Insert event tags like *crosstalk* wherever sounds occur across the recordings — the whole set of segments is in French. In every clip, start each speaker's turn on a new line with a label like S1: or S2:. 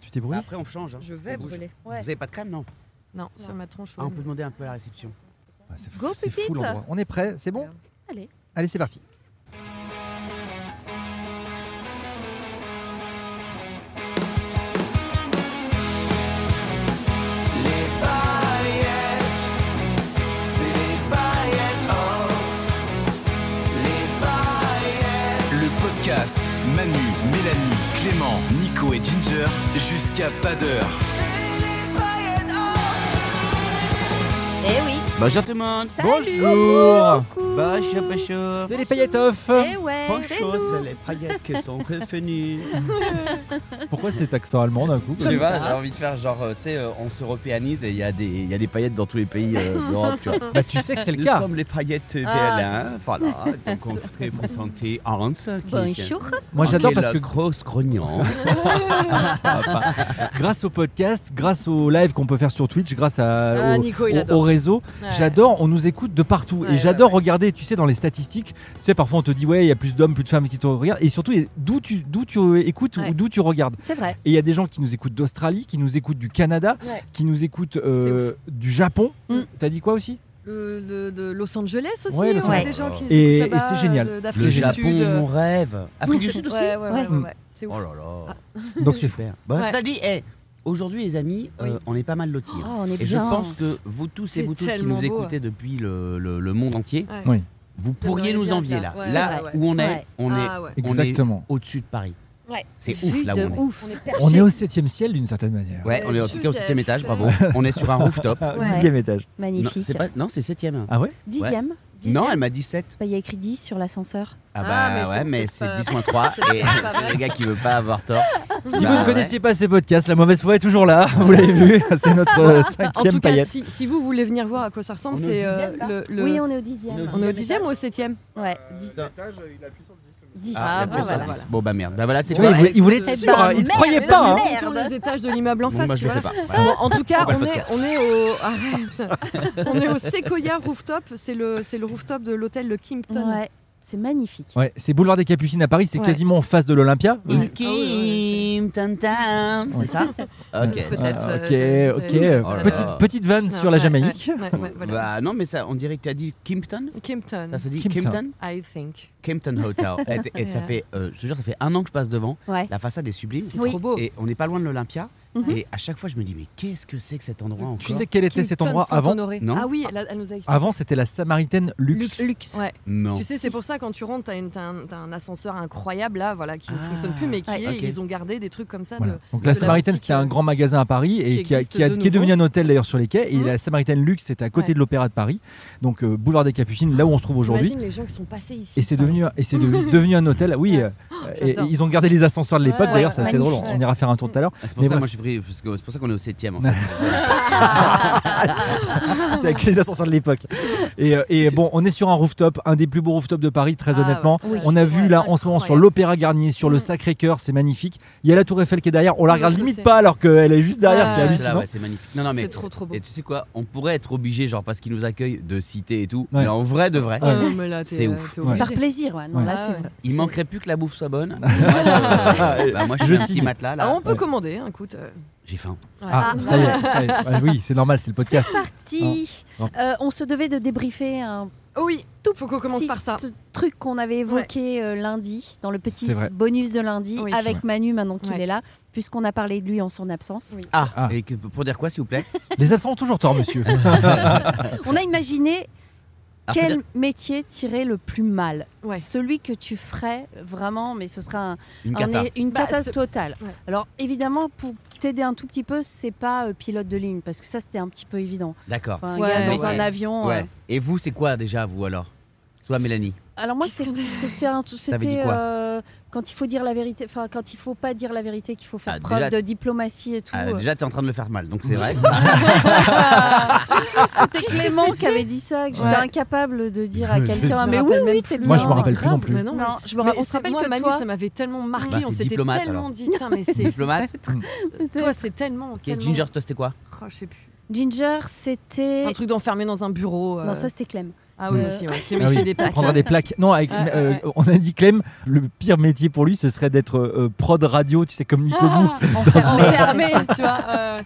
S1: Tu t'es brûlé
S2: Après, on change. hein.
S3: Je
S2: On
S3: vais
S2: bouge.
S3: brûler.
S2: Vous avez pas de crème, non
S4: Non, sur ma tronche.
S2: Ah, On
S4: oui.
S2: peut demander un peu à la réception.
S1: Ouais, c'est fou-
S4: Go,
S1: c'est fou
S4: Pépite.
S1: l'endroit. On est prêt, c'est bon
S4: Allez.
S1: Allez, c'est parti.
S5: Le podcast Manu, Mélanie, Clément, Nico et Ginger jusqu'à pas d'heure.
S3: Eh oui.
S2: Bonjour tout le monde.
S3: Salut.
S1: Bonjour.
S4: Oh,
S3: Coucou.
S2: Bonjour, bonjour.
S1: Oh, C'est les paillettes off.
S3: Eh ouais.
S2: Bonjour, c'est les paillettes qui sont revenues.
S1: Pourquoi cet accent allemand d'un coup
S2: Je sais pas, j'ai envie de faire genre, euh, tu sais, euh, on se européanise et il y, a des- il y a des paillettes dans tous les pays euh, d'Europe, tu vois.
S1: Bah, tu sais que c'est le
S2: Nous
S1: cas.
S2: sommes les paillettes BLM, voilà. Donc on voudrait présenter Hans. Qui,
S3: Bonjour.
S1: Moi, j'adore parce que
S2: grosse grognant.
S1: Enfin, grâce au podcast, grâce au live qu'on peut faire sur Twitch, grâce à,
S4: Ah,
S1: au,
S4: Nico, il
S1: au-
S4: adore.
S1: au réseau,
S4: Ouais.
S1: j'adore, on nous écoute de partout.
S4: Ouais,
S1: et
S4: ouais,
S1: j'adore
S4: ouais.
S1: regarder, tu sais, dans les statistiques, tu sais, parfois on te dit, ouais, il y a plus d'hommes, plus de femmes qui te regardent. Et surtout, et d'où tu, d'où tu écoutes
S4: Ouais.
S1: ou d'où tu regardes.
S3: C'est vrai.
S1: Et il y a des gens qui nous écoutent d'Australie, qui nous écoutent du Canada,
S4: Ouais.
S1: qui nous écoutent euh, du Japon.
S4: Mm.
S1: T'as dit quoi aussi
S4: Le- le- de Los Angeles aussi.
S1: Ouais, Los
S4: on a des
S2: Angeles.
S4: gens qui nous
S1: Et-
S4: écoutent
S1: et c'est
S4: là-bas,
S1: génial.
S4: de- d'Afrique
S2: Le
S1: C'est
S4: du
S2: Japon,
S4: Sud.
S2: mon rêve. Afrique du Sud aussi
S4: Ouais, ouais, ouais, ouais,
S1: Mm.
S4: ouais. C'est ouf.
S2: Oh là là.
S1: Donc c'est
S2: Super. Bon,
S4: Ouais.
S2: Cela dit, eh, aujourd'hui, les amis, euh, on est pas mal lotis.
S3: Oh,
S2: hein.
S3: on est
S2: Et
S3: bien.
S2: je pense que vous tous et
S4: C'est
S2: vous toutes qui
S4: tellement
S2: nous
S4: beau, hein.
S2: écoutez depuis le, le- le monde entier,
S4: Ouais.
S1: Oui.
S2: vous
S4: Ça
S2: pourriez
S4: devrait
S2: nous
S4: bien
S2: envier là.
S4: faire. Ouais,
S2: là
S3: ouais,
S2: où on est,
S3: ouais.
S2: on est
S4: Ah ouais.
S2: on est-
S1: Exactement.
S2: au-dessus de Paris.
S3: Ouais.
S2: C'est
S3: Vue
S2: ouf là où
S3: de
S2: on est.
S3: ouf.
S4: On est
S1: On
S4: perché.
S1: est au septième ciel d'une certaine manière.
S2: Ouais, on est en
S4: Au-dessus
S2: tout cas au
S4: du
S2: septième étage,
S4: ciel.
S2: bravo. on est sur un rooftop.
S1: Ah,
S3: Ouais.
S1: Dixième étage.
S2: Non,
S3: Magnifique.
S2: c'est pas- non, c'est septième.
S1: Ah ouais
S3: Dixième.
S2: Non, elle m'a dit 7.
S3: Bah, Il y a écrit 10 sur l'ascenseur.
S2: Ah
S4: Ah,
S2: bah
S4: mais c'est
S2: ouais, mais
S4: peut-être
S2: c'est
S4: pas-
S2: 10.3
S4: *laughs* c'est
S2: et
S4: peut-être pas
S2: c'est
S4: vrai.
S2: le gars qui veut pas avoir tort.
S1: Si
S2: Bah
S1: vous ne
S2: ouais.
S1: connaissiez pas ces podcasts, la mauvaise foi est toujours là. *laughs* Vous l'avez vu, c'est notre euh,
S4: En
S1: cinquième
S4: tout cas,
S1: paillette.
S4: si, si vous voulez venir voir à quoi ça ressemble,
S2: On est au
S4: c'est euh,
S2: dixième, là
S4: le, le-
S3: Oui, on est au dixième.
S2: On est au
S4: on est au dixième ou au septième
S3: Ouais. Dix. euh, Dix.
S4: Ah,
S2: il
S4: bah
S2: appuie sur
S4: voilà.
S2: 10. Bon bah merde. Bah voilà, c'est
S1: Tu vois,
S2: pas
S1: il, voulait, il voulait être
S3: Eh
S1: sûr,
S3: ben,
S1: hein, il te
S3: merde.
S1: croyait
S4: Mais
S1: pas. hein.
S4: non, mais
S3: hein.
S4: on est tous les étages de l'immeuble en
S2: Bon,
S4: face,
S2: bah,
S4: tu
S2: je le
S4: vois.
S2: fais pas. Voilà.
S4: Bon, en tout cas,
S2: On va le
S4: on est,
S2: podcast.
S4: on est au *laughs* arrête. on est au Sequoia rooftop. C'est le c'est le rooftop de l'hôtel Le Kimpton.
S3: Ouais. C'est magnifique.
S1: Ouais, c'est boulevard des Capucines à Paris, c'est
S3: Ouais.
S1: quasiment en face de l'Olympia.
S4: Ah
S2: oh,
S4: Ouais.
S2: Kim, tam tam.
S1: Ouais.
S2: C'est ça Ok.
S4: Peut-être,
S1: Ah,
S4: euh,
S1: ok,
S4: t'as-
S1: ok.
S4: t'as-
S2: Oh là là.
S1: Petite, petite vanne
S4: Non,
S1: sur la
S4: Ah, ouais,
S1: Jamaïque.
S4: ouais, ouais, ouais, voilà.
S2: Bah non, mais ça, on dirait que tu as dit Kimpton.
S4: Kimpton.
S2: Bah, Ça se dit
S1: Kimpton.
S2: Kimpton
S4: I think.
S2: Kimpton
S4: *laughs*
S2: Hotel. Et, et ça
S4: Ouais.
S2: fait, euh, je te jure, ça fait un an que je passe devant.
S3: Ouais.
S2: La façade est sublime.
S4: C'est
S3: Oui.
S4: trop beau.
S2: Et on n'est pas loin de l'Olympia.
S3: Mhm.
S2: Et à chaque fois, je me dis, mais qu'est-ce que c'est que cet endroit encore
S1: Tu sais quel était cet endroit avant
S2: Non.
S4: Non. Ah oui, elle, a- elle nous a expliqué.
S1: Avant, c'était la Samaritaine Luxe.
S3: Luxe.
S4: Ouais.
S2: Non.
S4: Tu sais, c'est pour ça quand tu rentres, t'as une- t'as un, t'as un ascenseur incroyable là, voilà, qui ne
S2: Ah,
S4: fonctionne plus, mais qui
S3: ouais.
S4: est,
S2: Ok.
S4: ils ont gardé des trucs comme ça.
S1: Voilà.
S4: De...
S1: Donc la
S4: de la
S1: Samaritaine,
S4: boutique,
S1: c'était un
S4: euh,
S1: grand magasin à Paris et
S4: qui
S1: qui, a-
S4: existe
S1: qui a-
S4: de
S1: qui est
S4: nouveau.
S1: devenu un hôtel d'ailleurs sur les quais. Et
S4: Mhm.
S1: la Samaritaine Luxe, c'était à côté
S4: Ouais.
S1: de l'Opéra de Paris, donc euh, boulevard des Capucines, là où on se trouve aujourd'hui.
S4: T'imagines les gens qui sont passés ici.
S1: Et c'est devenu, et c'est
S4: *laughs*
S1: devenu, devenu un hôtel. Oui,
S4: Ouais.
S1: euh, et-
S4: Oh, J'adore.
S1: et ils ont gardé les ascenseurs de l'époque.
S4: Ouais,
S1: D'ailleurs, c'est assez drôle.
S3: magnifique.
S1: On ira faire un tour tout à
S4: *laughs*
S1: l'heure.
S2: Ah, c'est pour
S1: Mais
S2: ça,
S1: bref.
S2: moi, je suis pris. parce que C'est pour ça qu'on est au 7 en fait.
S1: C'est avec les ascenseurs de l'époque. Et, euh, et bon, on est sur un rooftop, un des plus beaux rooftops de Paris, très
S4: Ah,
S1: honnêtement.
S4: ouais. Oui,
S1: on a
S4: c'est
S1: vu
S4: vrai,
S1: là en ce moment sur
S4: incroyable.
S1: l'Opéra Garnier, sur le
S4: Mm.
S1: Sacré-Cœur, c'est magnifique. Il y a la Tour Eiffel qui est derrière, on la
S4: C'est
S1: regarde
S4: l'autre
S1: limite
S4: côté.
S1: pas alors qu'elle est juste derrière,
S4: Ouais.
S1: c'est
S4: Ah,
S2: Juste
S1: hallucinant.
S2: là, ouais, c'est magnifique. Non, non, mais.
S4: C'est trop trop beau.
S2: Et tu sais quoi On pourrait être obligé, genre parce qu'ils nous accueillent, de citer et tout.
S1: Ouais.
S2: Mais en vrai, de vrai,
S1: Ouais.
S4: Ah, mais là, t'es-
S2: C'est ouf.
S4: t'es
S1: Ouais.
S4: obligé.
S3: Par plaisir, ouais. Non,
S1: Ouais.
S3: là,
S4: Ah,
S3: c'est
S4: ouais.
S2: il manquerait plus que la bouffe soit bonne. moi, je, bah, moi, je
S1: Je
S2: suis un
S1: signe.
S2: petit matelas là.
S4: Ah, on peut commander, hein, écoute. euh,
S2: J'ai faim.
S1: Ah, ça y est, ça y est. Ouais, oui, c'est normal, c'est le podcast.
S3: C'est parti.
S1: Non.
S3: Euh, on se devait de débriefer un
S4: Oh oui, tout faut qu'on commence
S3: petit
S4: par ça. *laughs*
S3: truc qu'on avait évoqué euh, lundi, dans le petit
S1: C'est vrai.
S3: bonus de lundi,
S4: Oui.
S3: avec
S1: Ouais.
S3: Manu maintenant qu'il
S4: Ouais.
S3: est là, puisqu'on a parlé de lui en son absence.
S4: Oui.
S2: Ah,
S1: Ah.
S2: Et que- pour dire quoi, s'il vous plaît
S1: Les absents ont toujours tort, monsieur.
S3: On a imaginé
S2: Ah, faut
S3: quel
S2: dire-
S3: métier tirait le plus mal.
S4: Ouais.
S3: Celui que tu ferais vraiment, mais ce sera un,
S2: Une
S3: un-
S2: cata.
S3: une
S4: Bah,
S3: cata
S4: ce-
S3: totale.
S4: Ouais.
S3: Alors évidemment, pour t'aider un tout petit peu, c'est pas euh, pilote de ligne, parce que ça c'était un petit peu évident.
S2: D'accord.
S3: Enfin, un
S4: Ouais.
S3: gars dans
S2: Mais-
S3: un avion. euh,
S2: Ouais. Et vous, c'est quoi déjà, vous alors Toi, Mélanie
S3: Alors moi,
S4: Qu'est-ce
S3: c'est- c'était un- c'était
S2: T'avais dit quoi
S3: euh, quand il faut dire la vérité, enfin quand il faut pas dire la vérité, qu'il faut faire
S2: Ah,
S3: preuve
S2: déjà-
S3: de diplomatie et tout.
S2: Ah,
S3: euh.
S2: déjà, t'es en train de le faire mal, donc c'est vrai.
S4: Ah, *laughs*
S3: Ah, C'était Clément qui avait dit ça, que j'étais
S4: Ouais.
S3: incapable de dire à quelqu'un.
S4: me
S3: Mais oui,
S4: rappelle
S3: oui,
S4: même
S3: t'es
S4: Ah, plus.
S3: bien.
S1: Moi, je me rappelle plus non plus.
S4: Mais non,
S3: Non,
S4: mais-
S3: je me ra-
S4: Mais
S3: on se
S4: c'est-
S3: rappelle
S4: moi,
S3: que
S4: Manu,
S3: toi, Ah
S4: ça m'avait tellement marqué,
S2: Bah,
S4: on
S2: c'est
S4: s'était
S2: diplomate,
S4: tellement
S2: alors.
S4: dit, Tain, mais
S3: *laughs*
S4: c'est
S2: Diplomate.
S4: toi, c'est tellement.
S2: Ok,
S4: tellement-
S2: Ginger, toi, c'était quoi
S4: Oh, je sais plus.
S3: Ginger, c'était.
S4: Un truc d'enfermé dans un bureau. euh.
S3: Non, ça c'était Clem.
S4: ah oui,
S3: euh,
S4: aussi, ouais.
S1: Ah oui,
S4: Clément, il fait des
S1: on
S3: *laughs*
S4: plaques.
S1: prendra des plaques. Non, avec-
S4: Ouais, ouais,
S1: euh,
S4: ouais.
S1: on a dit Clem, le pire métier pour lui, ce serait d'être euh, prod radio, tu sais, comme Nico Bou,
S4: Ah, *laughs*
S3: *laughs*
S4: enfermé, tu vois. euh,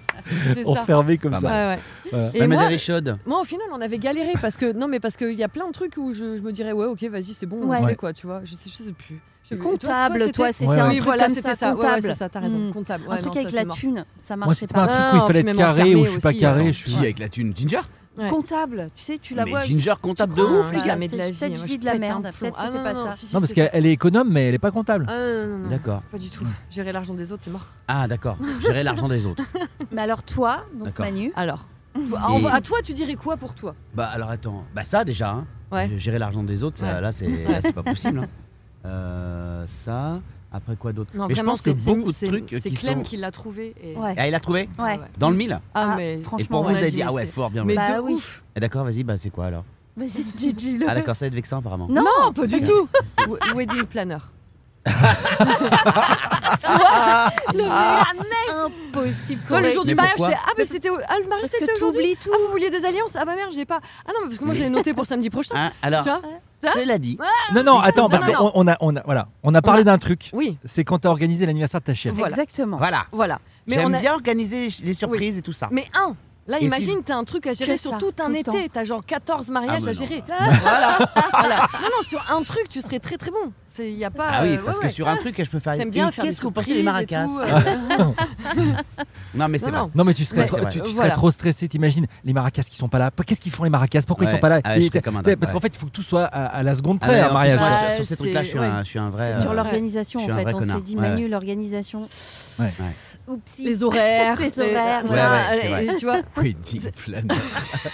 S4: C'était ça.
S1: enfermé comme
S2: Pas
S1: ça.
S2: mal.
S4: Ouais, ouais.
S1: Ouais.
S4: Et
S2: La
S4: moi,
S2: est chaude.
S4: moi, au final, on avait galéré parce que non, mais parce qu'il y a plein de trucs où je, je me dirais ouais, ok, vas-y, c'est bon, on
S3: Ouais.
S4: fait quoi, tu vois. Je sais, je sais plus. Je sais plus. Et toi,
S3: Comptable,
S4: c'était-
S3: toi, c'était
S1: Ouais,
S3: un
S1: ouais.
S4: oui,
S3: truc
S4: voilà,
S3: comme
S4: c'était
S3: ça,
S4: ça. Ouais, ouais,
S3: comptable.
S4: c'est ça. T'as raison,
S3: Mm.
S4: comptable.
S3: un
S4: Ouais,
S3: truc
S4: non,
S3: avec
S4: ça,
S3: la
S4: c'est mort.
S3: thune, ça
S1: Moi,
S3: marchait
S1: c'était pas un
S3: pas.
S1: truc
S4: Ah,
S1: où il fallait
S4: puis
S1: être
S4: même
S1: carré,
S4: enfermé
S1: où je suis pas
S4: aussi,
S1: carré,
S4: attends.
S1: je suis.
S2: Qui avec la thune Ginger
S4: Ouais.
S3: Comptable, tu sais, tu la
S2: Mais
S3: vois.
S2: Ginger, comptable de
S3: crois,
S2: ouf,
S3: hein,
S2: les
S3: ouais.
S2: gars.
S3: c'est- peut-être je dis de la merde,
S4: Ah
S3: peut-être c'était pas ça.
S1: Non, parce qu'elle est économe, mais elle est pas comptable.
S2: D'accord.
S4: Pas du tout. Gérer l'argent des autres, c'est mort.
S2: Ah, d'accord. Gérer l'argent des autres.
S3: Mais alors toi, donc
S2: D'accord.
S3: Manu,
S4: Alors.
S2: Et-
S4: Ah, À toi, tu dirais quoi pour toi
S2: Bah, alors attends. Bah, ça déjà, hein.
S4: Ouais.
S2: G- Gérer l'argent des autres, ça,
S4: Ouais.
S2: là, c'est là, c'est pas possible.
S4: *laughs*
S2: hein. Euh, ça. Après quoi d'autre
S4: Non,
S2: Mais je
S4: vraiment,
S2: pense que
S4: c'est- c'est-
S2: beaucoup de
S4: c'est-
S2: trucs euh,
S4: C'est
S2: qui
S4: Clem
S2: sont.
S4: qui l'a trouvé. et-
S3: Ouais.
S2: Ah, il a trouvé
S4: Ah
S3: Ouais.
S2: Dans le mille
S4: Ah,
S3: Ah,
S4: mais.
S2: Et
S3: franchement,
S2: pour
S4: on
S2: vous, vous
S4: a
S2: avez
S4: dit,
S2: dit Ah ouais,
S4: c'est-
S2: fort bien.
S4: Mais
S2: bien.
S3: Bah
S4: de
S3: oui.
S4: ouf
S2: Ah, d'accord, vas-y, bah, c'est quoi
S4: *laughs*
S2: alors
S3: vas-y, dis- dis-le.
S2: *laughs* Ah, d'accord, ça va être vexant apparemment.
S3: Non,
S4: Non, pas du tout *laughs* We- Wedding planner.
S3: le jamais impossible.
S4: Toi, le
S3: qu'on
S4: jour
S2: Mais
S4: du mariage,
S2: pourquoi
S4: c'est Ah, mais c'était. Ah, le mariage,
S3: Parce que
S4: c'était aujourd'hui
S3: t'oublies tout.
S4: Ah, vous vouliez des alliances Ah, bah merde, j'ai pas. Ah non, mais parce que moi, je l'ai noté pour samedi prochain.
S2: Hein, alors,
S4: Tu vois ça
S2: cela dit,
S1: Non, non, attends,
S4: Non,
S1: parce
S4: non,
S1: qu'on on a, on a, voilà, on a parlé d'un truc.
S4: Oui,
S1: C'est quand t'as organisé l'anniversaire de ta chienne.
S4: Ah, Voilà.
S3: Exactement.
S2: voilà.
S4: voilà. Mais
S2: J'aime
S4: on a-
S2: bien organiser les surprises et tout ça.
S4: Mais un Là,
S2: Ah. Et
S4: imagine, t'as un truc à gérer
S3: Que
S4: sur
S3: ça,
S4: tout
S3: tout
S4: un
S3: le
S4: été. T'as genre 14
S2: Ah,
S4: mariages
S2: mais
S4: à
S2: non.
S4: gérer. voilà. Voilà. Non, non, sur un truc, tu serais très très bon. C'est- Y a pas,
S2: Ah oui,
S4: euh,
S2: parce
S4: ouais,
S2: que
S4: ouais.
S2: sur un truc, je peux faire.
S4: T'aimes
S2: Et
S4: bien faire
S2: Qu'est-ce
S4: des
S2: que vous pensez des
S4: surprises et
S2: maracas
S4: tout, euh.
S2: Non, mais c'est
S4: Non,
S2: vrai.
S4: non.
S1: Non mais tu serais,
S4: Ouais,
S1: trop,
S2: c'est vrai.
S1: tu, tu serais
S4: Voilà.
S1: trop stressé, t'imagines les maracas qui sont pas là. Qu'est-ce qu'ils font les maracas Pourquoi ils
S2: Ouais.
S1: sont pas là
S2: Ah ouais, je
S1: Et
S2: serais
S1: t'as-
S2: comme un
S1: t'as-
S2: dingue,
S1: Parce qu'en
S2: ouais.
S1: fait, il faut que tout soit à, à la seconde
S2: Ah,
S1: près
S2: mais en
S1: un
S2: plus,
S1: mariage.
S2: moi, sur-
S4: Ouais,
S2: Sur ces trucs-là, je suis
S4: c'est-
S2: un- je suis un vrai.
S3: C'est sur
S2: euh, *laughs*
S3: l'organisation
S2: je
S3: en
S2: suis un
S3: fait.
S2: vrai
S3: On
S2: connard.
S3: s'est dit
S2: Ouais,
S3: Manu, l'organisation.
S1: Ouais.
S3: *laughs* Oupsie.
S4: Les horaires.
S3: Les horaires,
S4: et-
S3: voilà.
S4: voilà,
S2: Ouais, ouais, c'est
S4: et- et tu vois.
S2: Wedding planner.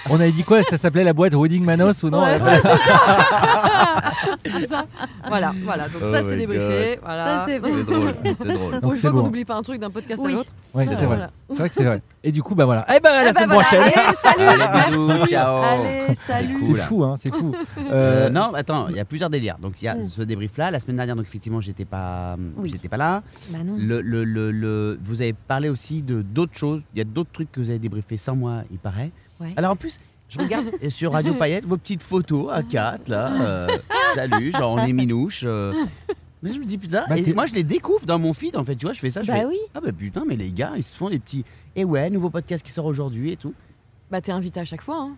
S1: On avait dit quoi Ça s'appelait la boîte Wedding Manos ou non
S4: Ouais,
S1: Voilà.
S4: *laughs* C'est ça. Voilà, voilà. Donc
S2: Oh
S4: ça,
S2: my
S4: c'est débriefé.
S3: Ça
S4: Voilà.
S2: C'est
S3: c'est bon.
S2: drôle, c'est drôle.
S4: Pour
S1: Donc
S4: une
S1: c'est
S4: fois qu'on
S1: bon.
S4: n'oublie pas un truc d'un podcast à
S3: Oui.
S4: l'autre.
S1: Ouais,
S4: Ah,
S1: c'est vrai.
S4: voilà.
S1: C'est vrai que c'est vrai. Et du coup, bah voilà. Eh ben à la
S4: Ah, bah,
S1: semaine
S4: voilà.
S1: prochaine.
S4: Allez, salut.
S2: Allez, bisous,
S4: Merci.
S2: ciao.
S4: Allez,
S2: C'est
S4: salut.
S2: cool.
S1: C'est
S2: là.
S1: fou, hein, c'est fou.
S2: Euh,
S1: Euh,
S2: non, attends, il y a plusieurs délires. Donc il y a
S4: Mm.
S2: ce débrief-là. La semaine dernière, donc effectivement, j'étais pas, euh,
S3: Oui.
S2: j'étais pas là.
S4: Bah non.
S2: Le, le- le- le- vous avez parlé aussi de d'autres choses. Il y a d'autres trucs que vous avez débriefé sans moi, il paraît.
S4: Ouais.
S2: Alors en plus, je regarde sur Radio Payette vos petites photos à 4 là. euh, salut, genre on est minouche. euh. Mais je me dis putain.
S1: Bah,
S2: et
S1: t'es-
S2: moi je les découvre dans mon feed en fait. Tu vois, je fais ça. Je
S3: Bah
S2: fais,
S3: oui.
S2: Ah bah putain, mais les gars, ils se font des petits. Et ouais, nouveau podcast qui sort aujourd'hui et tout.
S4: Bah t'es invité à chaque fois. Hein.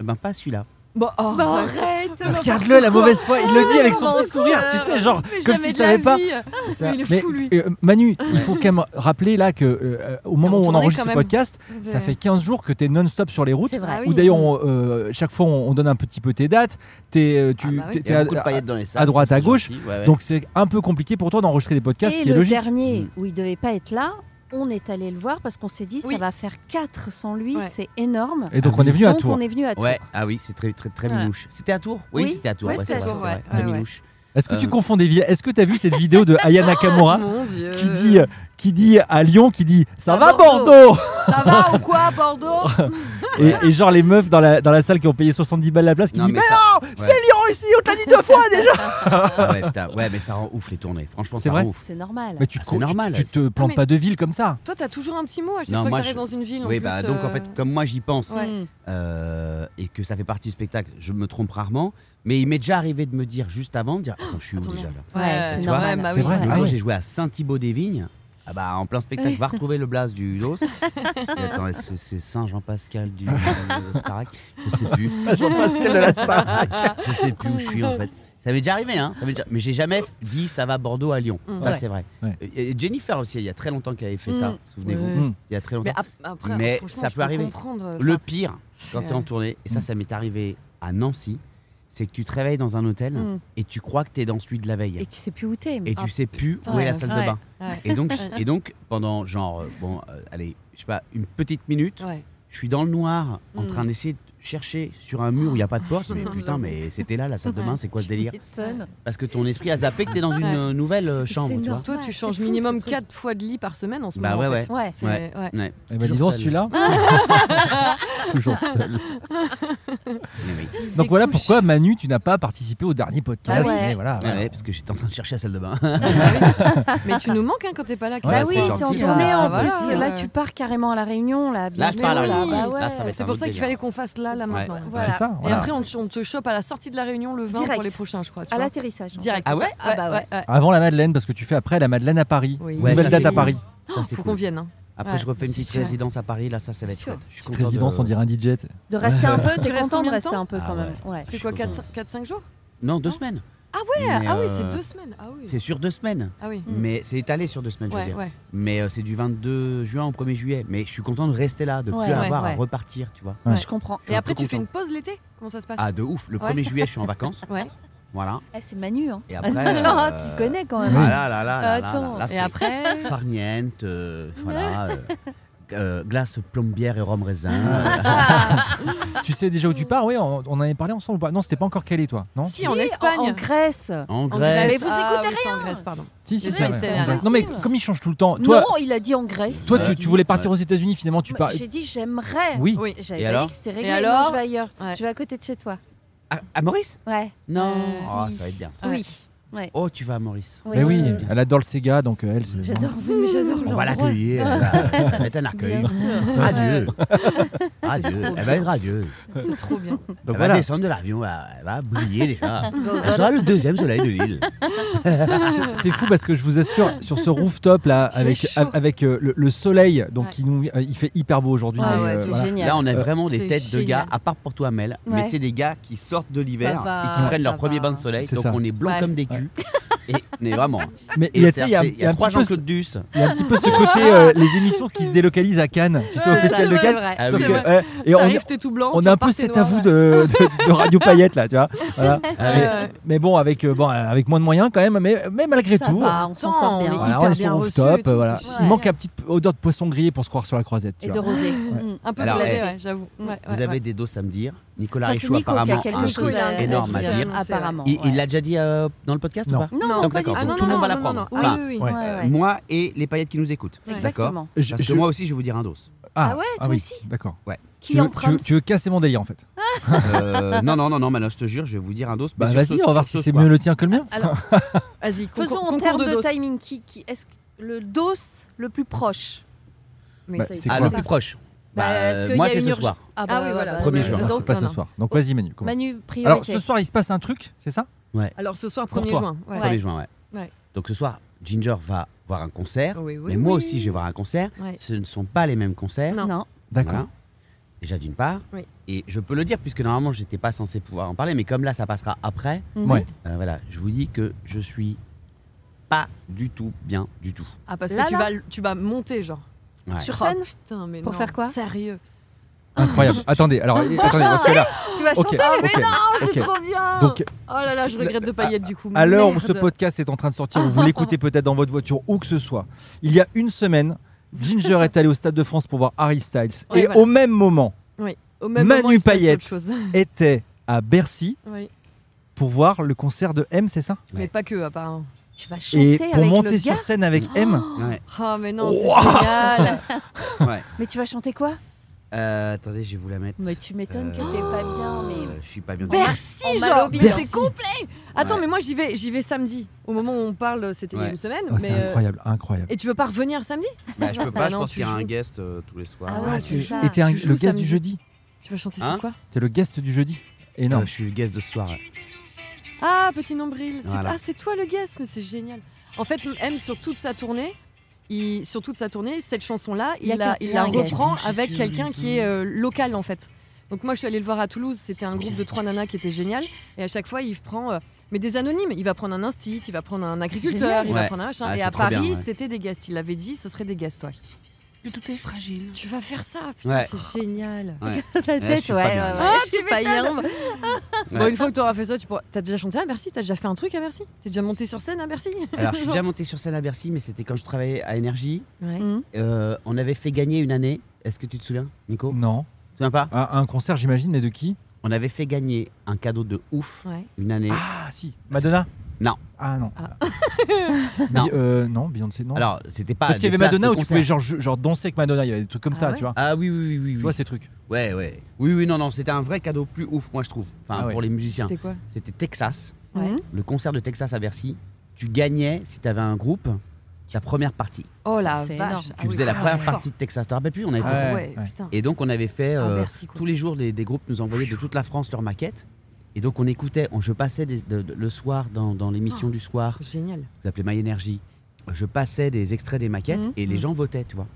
S2: Eh Ben pas celui-là.
S4: Bon, oh.
S3: Bah, arrête.
S1: Regarde-le, la mauvaise foi. Il le dit avec son
S3: mon
S1: petit sourire, tu sais, genre comme s'il savait pas.
S4: Mais il est
S1: Mais,
S4: fou lui.
S1: euh, Manu, il faut quand même rappeler là que euh, au moment où on
S4: retourné,
S1: enregistre
S4: quand
S1: ce
S4: même.
S1: podcast, ça fait 15 jours que t'es non-stop sur les routes.
S3: C'est vrai.
S4: Ah
S1: Ou
S4: oui.
S1: d'ailleurs, on, euh, chaque fois, on on donne un petit peu tes dates. T'es, euh, tu,
S4: Ah bah oui.
S1: t'es-
S2: Il y
S1: t'es
S2: a
S1: à-
S2: beaucoup de paillettes dans les salles,
S1: à droite,
S2: ça,
S1: à
S2: c'est
S1: gauche.
S2: gentil. Ouais, ouais.
S1: donc c'est un peu compliqué pour toi d'enregistrer des podcasts, ce
S3: Et
S1: qui est
S3: le
S1: logique.
S3: dernier
S2: Mm.
S3: où il devait pas être là, on est allé le voir parce qu'on s'est dit
S4: Oui.
S3: ça va faire 4 sans lui,
S4: Ouais.
S3: c'est énorme.
S1: Et donc on est venu à
S3: Donc
S1: Tours.
S3: on est venu à Tours.
S2: Ouais, ah oui, c'est très très très
S4: Voilà.
S2: minouche. C'était à Tours Oui,
S4: Oui,
S2: c'était à Tours.
S4: ouais,
S2: ouais,
S4: c'était
S2: c'est
S4: à
S2: vrai,
S4: Tours,
S2: c'est vrai.
S4: ouais,
S2: Très
S4: ouais, ouais.
S2: minouche.
S1: Est-ce que tu
S2: Euh.
S1: confonds des villes Est-ce que t'as vu cette vidéo de Aya Nakamura
S4: *laughs* Mon Dieu.
S1: qui dit euh, qui dit à Lyon qui dit ça
S4: À
S1: va Bordeaux,
S4: Bordeaux Ça va ou quoi, Bordeaux
S1: et, et genre les meufs dans la, dans la salle qui ont payé 70 balles la place qui
S2: Non,
S1: dit
S2: mais
S1: mais,
S4: hein.
S2: ça-
S1: non
S2: ouais.
S1: c'est Lyon ici on te l'a dit deux fois déjà
S2: Ah ouais, putain, ouais, mais ça rend ouf les tournées. Franchement,
S1: C'est
S2: ça
S1: vrai
S2: rend ouf.
S3: C'est normal.
S1: mais tu,
S2: Ah,
S1: te
S2: c'est
S1: co- tu-
S2: normal.
S1: tu te plantes
S4: mais-
S1: pas de ville comme ça
S4: Toi, t'as toujours un petit mot à chaque
S2: Non,
S4: fois
S2: moi,
S4: que t'arrives
S2: je-
S4: dans une ville. en
S2: Oui,
S4: plus,
S2: bah donc en
S4: euh,
S2: fait, comme moi j'y pense
S4: Ouais.
S3: Mm.
S2: euh, et que ça fait partie du spectacle, je me trompe rarement, mais il m'est déjà arrivé de me dire juste avant, de dire Attends, je suis où
S4: Attends,
S2: déjà
S4: non.
S2: là
S3: Ouais,
S4: Ouais,
S3: c'est
S4: tu
S3: normal.
S4: vois, bah
S1: C'est
S4: oui.
S1: vrai.
S2: Un
S1: Ah
S2: jour,
S1: ouais.
S2: j'ai joué à Saint-Thibaud-des-Vignes. Ah bah, en plein spectacle, va retrouver le blaze du dos.
S4: *laughs*
S2: Et attends, est-ce que c'est Saint Jean-Pascal du de Starac Je sais plus.
S1: Jean-Pascal de la Star
S2: Je sais plus où je suis en fait. Ça m'est déjà arrivé, hein. ça m'est déjà- Mais j'ai jamais dit ça va Bordeaux à Lyon.
S4: Mm.
S2: Ça,
S4: Ouais.
S2: c'est vrai.
S1: Ouais.
S2: Et et Jennifer aussi, il y a très longtemps qu'elle avait fait
S3: Mm.
S2: ça, souvenez-vous.
S4: Ouais.
S1: Mm.
S2: Il y a très
S4: Mais
S2: longtemps.
S4: ap- après,
S2: Mais
S4: franchement,
S2: ça
S4: je
S2: peut
S4: peux
S2: arriver.
S4: comprendre, euh,
S2: Le
S4: enfin,
S2: pire, quand
S4: c'est-
S2: t'es en tournée, et
S1: Mm.
S2: ça, ça m'est arrivé à Nancy, c'est que tu te réveilles dans un hôtel
S3: Mm.
S2: et tu crois que t'es dans celui de la veille.
S3: Et tu sais plus où t'es.
S2: Et,
S3: mais-
S2: tu sais plus
S4: putain,
S2: où est
S4: Ah. ouais,
S2: la salle de
S4: ouais,
S2: bain.
S4: ouais.
S2: Et
S4: *laughs*
S2: donc, et donc, pendant genre, euh, bon, euh, allez, je sais pas, une petite minute,
S4: Ouais.
S2: je suis dans le noir en
S4: Mm.
S2: train d'essayer de chercher sur un mur où il n'y a pas de porte,
S4: *laughs*
S2: mais putain, mais c'était là la salle de bain, c'est quoi ce délire Parce que ton esprit a zappé que t'es dans une
S6: Ouais.
S2: euh, nouvelle euh,
S6: C'est
S2: chambre, tu vois.
S6: énorme.
S4: Toi, tu
S6: Ouais,
S4: changes
S6: c'est fou, ce
S4: minimum
S6: truc.
S4: 4 fois de lit par semaine en ce
S2: Bah
S4: moment.
S2: ouais,
S4: en
S2: ouais.
S4: fait.
S3: Ouais.
S4: C'est-
S2: Ouais.
S4: ouais.
S2: Ouais.
S1: Eh ben,
S2: Toujours
S1: dis donc,
S2: seul.
S1: celui-là,
S4: Ah,
S2: *laughs*
S1: toujours seul.
S2: Eh oui.
S1: Donc voilà
S4: couches.
S1: pourquoi, Manu, tu n'as pas participé au dernier podcast.
S3: Ah ouais.
S1: Et voilà,
S2: Ouais,
S1: voilà.
S2: ouais, parce que j'étais en train de chercher la salle de bain.
S4: *laughs*
S2: *laughs*
S4: Mais tu nous manques hein, quand t'es pas là.
S2: Ouais,
S3: Bah
S4: Clara.
S3: oui,
S2: c'est
S3: t'es en
S2: gentil,
S3: tournée
S2: ouais.
S3: en
S2: Ça
S3: plus.
S4: euh,
S2: va.
S3: Là, tu pars carrément à la Réunion. Là,
S2: Là, je pars à la
S3: bienvenue,
S2: Réunion.
S3: là, bah ouais.
S2: Là, ça va être
S4: Ah C'est
S2: un
S4: pour
S2: autre
S4: ça qu'il
S2: délire.
S4: fallait qu'on fasse là, là,
S2: Ouais.
S4: maintenant.
S3: Voilà.
S1: C'est ça.
S4: Et
S1: voilà.
S4: après, on, te- on te chope à la sortie de la Réunion le 20 pour
S3: Direct.
S4: les prochains, je crois. tu
S3: À
S4: vois.
S3: l'atterrissage.
S4: Direct.
S2: Ah ouais
S3: Ah bah ouais.
S1: Avant la Madeleine, parce que tu fais après la Madeleine à Paris.
S4: Oui.
S2: Ouais,
S1: Nouvelle
S2: ça,
S1: date
S2: c'est
S1: à
S2: cool.
S1: Paris.
S2: Putain, c'est
S4: Faut qu'on
S2: cool.
S4: vienne. hein.
S2: Après,
S4: Ouais,
S2: je refais une
S4: c'est
S2: petite
S4: sûr.
S2: résidence à Paris, là, ça, ça va être
S3: Sûr.
S2: chouette. Je suis
S1: Petite
S2: content de-
S1: résidence, on dirait un DJ.
S3: De rester un peu,
S4: Tu
S3: t'es
S4: restes
S3: content de
S4: combien de
S3: rester
S4: temps
S3: un peu
S2: Ah
S3: quand
S2: ouais.
S3: même. Ouais.
S2: Je
S4: C'est
S2: suis
S4: quoi
S2: content.
S4: 4-5 jours
S2: Non, deux semaines.
S4: Ah ouais
S2: Mais,
S4: Ah
S2: euh,
S4: oui, c'est deux semaines. Ah oui.
S2: C'est sur deux semaines.
S4: Ah oui.
S2: Mais c'est étalé sur deux semaines, je veux
S4: Ouais,
S2: dire.
S4: ouais.
S2: Mais euh, c'est du 22 juin au 1er juillet. Mais je suis content de rester là, de plus
S3: Ouais, ouais,
S2: avoir à
S3: ouais.
S2: repartir, tu vois.
S1: Ouais.
S3: Je comprends.
S2: Je suis
S4: Et
S2: un
S4: après,
S2: peu
S4: tu fais
S2: content.
S4: une pause l'été Comment ça se passe
S2: Ah, de ouf. Le
S4: Ouais.
S2: 1er juillet, je suis en vacances.
S4: Ouais.
S2: Voilà.
S3: Eh, c'est Manu, hein.
S2: Et après.
S3: Non,
S2: euh,
S3: tu connais quand
S2: Ah
S3: même.
S2: là là là là là
S3: Attends.
S2: là, là,
S4: Et
S2: c'est
S4: après
S2: *laughs* Farniente, euh, voilà. euh, euh, glace plombière et rhum raisin. euh,
S4: Ah.
S1: Tu sais déjà où tu pars Oui, on, on en avait parlé ensemble ou pas Non, c'était pas encore calé, toi. Non
S4: Si, en Espagne.
S3: En Grèce.
S2: en
S4: En
S2: Grèce.
S3: Mais vous
S4: Ah
S3: écoutez
S4: oui, c'est En Grèce, pardon.
S1: Si, si,
S4: Oui,
S1: c'est
S4: c'était
S1: vrai.
S4: la
S1: Non, mais
S3: Russie.
S1: comme il change tout le temps, toi,
S3: non, il a dit en Grèce.
S1: toi
S3: il a
S2: Euh,
S1: tu,
S3: dit.
S1: tu voulais partir aux États-Unis, finalement, tu
S4: Bah,
S3: Mais
S1: pars.
S3: J'ai dit j'aimerais.
S1: Oui.
S4: Oui.
S3: J'avais
S2: Et
S3: pas
S2: alors
S3: dit que c'était réglé.
S4: Et alors
S3: non, je vais ailleurs.
S4: Ouais.
S3: Je vais à côté de chez toi.
S2: À, Ah, à Maurice
S3: Ouais.
S2: Non.
S4: Euh,
S2: Oh,
S3: si.
S2: ça va être bien ça.
S4: Ouais.
S3: Oui.
S2: Oh, tu vas à Maurice.
S1: Mais oui,
S3: j'aime
S2: bien
S1: elle adore le Sega, donc euh, elle, c'est le-
S3: J'adore, mais j'adore
S2: On va
S3: l'endroit.
S2: l'accueillir. elle va- Ça va être un accueil.
S3: Bien sûr.
S2: Radieux.
S4: C'est
S2: Radieux.
S4: trop
S2: Elle va
S4: bien.
S2: être radieuse.
S4: C'est trop bien.
S1: Donc
S2: elle va
S1: voilà.
S2: descendre de l'avion. Elle elle va briller
S3: *laughs*
S2: déjà. Elle sera le deuxième soleil de l'île.
S1: *laughs* C'est- C'est fou parce que je vous assure, sur ce rooftop là,
S4: J'ai
S1: avec,
S4: chaud.
S1: avec euh, le, le soleil, donc
S4: Ouais.
S1: qui nous, euh, il fait hyper beau aujourd'hui.
S3: Ah
S1: mais,
S3: ouais,
S1: euh,
S3: c'est
S1: voilà.
S3: génial.
S2: Là, on a vraiment
S4: C'est
S2: des têtes de
S4: génial.
S2: gars, à part pour toi, Amel, mais
S3: Ouais.
S2: tu sais, des gars qui sortent de
S3: Ça
S2: l'hiver
S3: va,
S2: et qui prennent
S3: ça
S2: leur premier
S3: va.
S2: bain de soleil.
S1: C'est
S2: Donc,
S1: ça.
S2: on est blanc
S4: Ouais.
S2: comme des culs. Et mais
S1: *laughs*
S2: vraiment.
S1: Mais
S2: Et
S1: il y a, tu
S2: c'est-
S1: sais,
S2: c'est-
S1: il y a un-
S2: il
S1: il y a un
S2: trois
S1: petit peu ce-
S2: Jean-Claude Duss.
S1: il y a un petit peu ce côté
S4: *laughs*
S1: euh, les émissions qui se délocalisent à Cannes, tu sais, au
S3: C'est ça,
S1: festival de
S3: c'est
S1: Cannes.
S3: vrai.
S1: *laughs*
S2: Ah
S1: Donc,
S2: oui.
S4: C'est vrai.
S1: euh, et on,
S4: T'arrives, t'es tout blanc.
S1: on
S4: tu
S1: a un
S4: repars,
S1: peu
S4: t'es
S1: cet
S4: noir,
S1: avou
S4: ouais.
S1: de, de-
S4: *laughs*
S1: de Radio Paillette là, tu vois. Voilà.
S2: Ah
S1: Mais,
S2: oui.
S4: ouais.
S1: mais bon, avec, euh, bon, euh, avec moins de moyens quand même, mais, mais malgré
S3: Ça
S1: tout.
S3: va, on s'en sort
S4: Attends,
S3: bien.
S4: on est-
S1: voilà,
S4: hyper
S1: on est
S4: bien
S1: sur le
S4: reçu et
S1: rooftop,
S4: tout,
S1: euh, voilà.
S4: c'est
S1: Il
S3: génial.
S1: manque la petite odeur de poisson grillé pour se croire sur la croisette. tu
S3: Et de
S1: vois.
S3: rosé.
S4: Un peu
S2: Alors,
S4: glacé,
S2: eh,
S4: ouais, j'avoue. Ouais, ouais,
S2: Vous
S4: ouais.
S2: avez des doses à me dire. Nicolas
S3: Enfin, c'est
S2: Richaud,
S3: Nico qui a
S2: apparemment,
S3: quelque
S2: un
S3: chose
S2: truc
S3: à- à
S2: énorme à
S3: dire,
S2: dire.
S3: Apparemment.
S2: Il il
S3: ouais.
S2: l'a déjà dit euh, dans le podcast
S1: Non.
S2: ou pas
S4: Non,
S3: Non, non,
S2: Donc,
S3: pas du
S2: d'accord.
S3: tout.
S4: Ah non,
S2: Tout le
S4: non,
S2: monde va
S4: non,
S2: la prendre.
S4: non, non.
S2: Ah.
S4: Ah oui, oui, oui.
S1: Ouais.
S3: Ouais, ouais.
S2: Moi et les paillettes qui nous écoutent. D'accord
S3: Exactement.
S1: Je-
S2: Parce que
S1: je-
S2: moi aussi, je vais vous dire un dos.
S3: Ah ouais,
S1: ah
S3: toi
S1: oui,
S3: aussi
S1: D'accord. Tu
S3: Qui
S1: veux, tu, veux,
S3: emprunte
S1: tu veux casser mon délire en fait.
S2: Euh, non, non, non, non, Manon, je te jure, je vais vous dire un dos.
S1: Bah
S2: mais sur
S1: vas-y,
S2: ce-
S1: on va voir
S2: sur
S1: si
S2: ce
S1: c'est
S2: soir.
S1: mieux le tien que le mien.
S3: Alors,
S4: Vas-y,
S3: faisons
S4: concours-
S3: en
S4: concours
S3: termes
S4: de
S3: de
S4: doses.
S3: timing. Qui, qui est-ce que le dos le plus proche
S4: Mais
S1: Bah,
S4: ça y est.
S1: c'est
S2: Ah,
S1: quoi
S2: le plus proche.
S3: Bah,
S2: Bah,
S3: est-ce
S2: euh,
S3: qu'il
S2: moi,
S3: y a
S2: c'est
S3: une
S2: ce
S3: urgence
S2: soir.
S3: Ah,
S4: Ah oui,
S3: bah,
S4: voilà.
S3: bah,
S2: Premier
S3: bah,
S2: juin.
S3: bah,
S1: Non,
S3: donc,
S1: c'est pas
S3: non,
S1: ce
S3: non.
S1: soir. Donc vas-y Manu. commence.
S3: Manu, priorité.
S1: Alors ce soir il se passe un truc, c'est ça
S4: Alors ce soir,
S1: Pour
S4: 1er
S1: toi.
S4: juin. ouais.
S2: 1er juin, ouais.
S4: Ouais.
S2: Donc ce soir, Ginger va voir un concert.
S4: Oui, oui,
S2: mais moi
S4: oui.
S2: aussi, je vais voir un concert.
S4: Ouais.
S2: Ce ne sont pas les mêmes concerts.
S4: Non.
S3: non.
S1: D'accord.
S2: Voilà. Déjà d'une part.
S4: Oui.
S2: Et je peux le dire, puisque normalement, je n'étais pas censé pouvoir en parler. Mais comme là, ça passera après.
S3: Mhm.
S1: Ouais.
S2: euh, voilà, je vous dis que je suis pas du tout bien du tout.
S4: Ah, parce
S3: Là,
S4: que tu
S3: là.
S4: vas, tu vas monter, genre.
S2: Ouais.
S3: Sur scène
S4: Oh, putain, mais
S3: Pour
S4: non,
S3: faire quoi
S4: Sérieux.
S1: Incroyable. attendez, alors attendez parce que là.
S3: Tu vas
S1: Ok.
S3: chanter
S4: Ah, mais
S1: ok,
S4: non,
S1: ok.
S4: c'est trop bien
S1: Donc,
S4: Oh là là, je
S1: c'est-
S4: regrette de pas y être du coup.
S1: À l'heure où ce
S4: Merde.
S1: podcast est en train de sortir, où vous l'écoutez peut-être dans votre voiture, où que ce soit, il y a une semaine, Ginger est allé au Stade de France pour voir Harry Styles.
S4: Ouais,
S1: et
S4: voilà.
S1: au même moment,
S4: Au même
S1: Manu
S4: moment, il se passe
S1: Payette.
S4: autre chose.
S1: était à Bercy
S4: Oui.
S1: pour voir le concert de M, c'est ça
S4: Mais pas que, apparemment.
S3: Tu vas chanter
S1: Et pour
S3: avec
S1: monter
S3: le
S1: sur
S3: gars
S1: scène avec M,
S2: Ouais,
S4: Oh, mais non,
S1: *laughs*
S4: c'est génial
S3: *laughs*
S2: ouais.
S3: Mais tu vas chanter quoi
S2: Euh, attendez, je vais vous la mettre.
S3: Mais tu m'étonnes que
S2: Euh,
S3: t'es pas bien, mais... Bah
S2: euh, Je suis pas bien.
S3: En
S4: Bercy, genre
S3: Malobie,
S4: Mais
S3: Bercy.
S4: c'est complet Attends,
S2: Ouais.
S4: mais moi, j'y vais, j'y vais samedi. Au moment où on parle, c'était il y a
S2: Ouais.
S4: une semaine.
S1: Oh,
S4: mais,
S1: c'est
S4: euh,
S1: incroyable, incroyable.
S4: Et tu veux pas revenir samedi
S2: Bah, je peux
S4: Bah
S2: pas, je
S4: non,
S2: pense
S4: tu
S2: qu'il y a un
S4: joues.
S2: guest euh, tous les soirs.
S3: Ah ouais,
S1: Et-
S3: c'est ça.
S1: et t'es un-
S4: Tu joues
S1: le guest
S4: samedi.
S1: du jeudi.
S4: Tu vas chanter
S2: Hein
S4: sur quoi
S1: T'es le guest du jeudi.
S2: Euh,
S1: Énorme.
S2: je suis le guest de ce soir. ouais.
S4: Ah, petit nombril. C'est-
S2: Voilà.
S4: Ah, c'est toi le guest, mais c'est génial. En fait, M sur toute sa tournée, il, sur toute sa tournée, cette chanson-là,
S3: Il y
S4: il,
S3: a
S4: la,
S3: que-
S4: il
S3: il y
S4: la
S3: a un guest.
S4: reprend avec quelqu'un qui est euh, local en fait. Donc moi, je suis allée le voir à Toulouse. C'était un groupe de trois nanas qui était génial. Et à chaque fois, il prend, euh, mais des anonymes. Il va prendre un instit, il va prendre un agriculteur,
S3: génial.
S4: il va
S2: Ouais.
S4: prendre un machin.
S2: Ah,
S4: et
S2: c'est
S4: à
S2: trop
S4: Paris,
S2: bien, ouais.
S4: c'était des guests. Il l'avait dit, ce serait des guests, ouais.
S2: tout est fragile.
S4: Tu vas faire ça, putain,
S2: Ouais.
S4: c'est génial.
S3: Ta
S2: je
S3: tête,
S2: suis
S3: ouais, ouais,
S2: pas
S3: ouais.
S2: bien.
S4: Ah,
S3: je suis
S4: tu
S3: pas
S4: m'étonnes.
S3: bien.
S4: Bon, une fois que tu auras fait ça, tu pourras. T'as déjà chanté à Bercy T'as déjà fait un truc à Bercy T'es déjà monté sur scène à Bercy
S2: Alors, je suis déjà monté sur scène à Bercy, mais c'était quand je travaillais à Énergie.
S4: Ouais.
S3: Mhm.
S1: Mmh.
S2: Euh, on avait fait gagner une année. Est-ce que tu te souviens, Nico
S1: Non.
S2: souviens pas
S1: À un concert, j'imagine, mais de qui
S2: On avait fait gagner un cadeau de ouf
S4: Ouais.
S2: une année.
S1: Ah, si. Madonna
S2: Non.
S1: Ah, non. *laughs*
S2: Non.
S1: non. euh, non, Beyoncé, non.
S2: Alors, c'était pas.
S1: Parce qu'il y
S2: des
S1: avait
S2: places
S1: Madonna
S2: de
S1: où tu
S2: concert.
S1: pouvais genre, ju- genre danser avec Madonna, il y avait des trucs comme
S4: Ah
S1: ça,
S4: ouais
S1: tu vois.
S2: Ah oui, oui, oui, oui.
S1: Tu
S2: oui.
S1: vois ces trucs.
S2: Ouais, ouais. Oui, oui, non, non, c'était un vrai cadeau plus ouf, moi, je trouve. Enfin,
S1: Ah ouais.
S2: pour les musiciens.
S4: C'était quoi
S2: C'était Texas,
S3: Ouais.
S2: le concert de Texas à Bercy. Tu gagnais, si t'avais un groupe, ta première partie.
S4: Oh la
S3: C'est
S4: vache.
S3: énorme.
S4: Ah
S2: Tu
S4: oui,
S2: faisais la
S4: ça,
S2: première
S4: c'est fort.
S2: partie de Texas. Tu te rappelles plus On avait fait
S1: Ah
S2: ça.
S4: Ouais,
S1: Ouais.
S4: putain.
S2: Et donc, on avait fait.
S4: Ah,
S2: euh,
S4: merci, quoi.
S2: tous les jours, des, des groupes nous envoyaient de toute la France leurs maquettes. Et donc, on écoutait. On, je passais des- de- de- le soir dans, dans l'émission
S4: Ah.
S2: du soir,
S4: Génial.
S2: qui s'appelait My Energy. Je passais des extraits des maquettes
S3: Mhm.
S2: et les gens votaient, tu vois.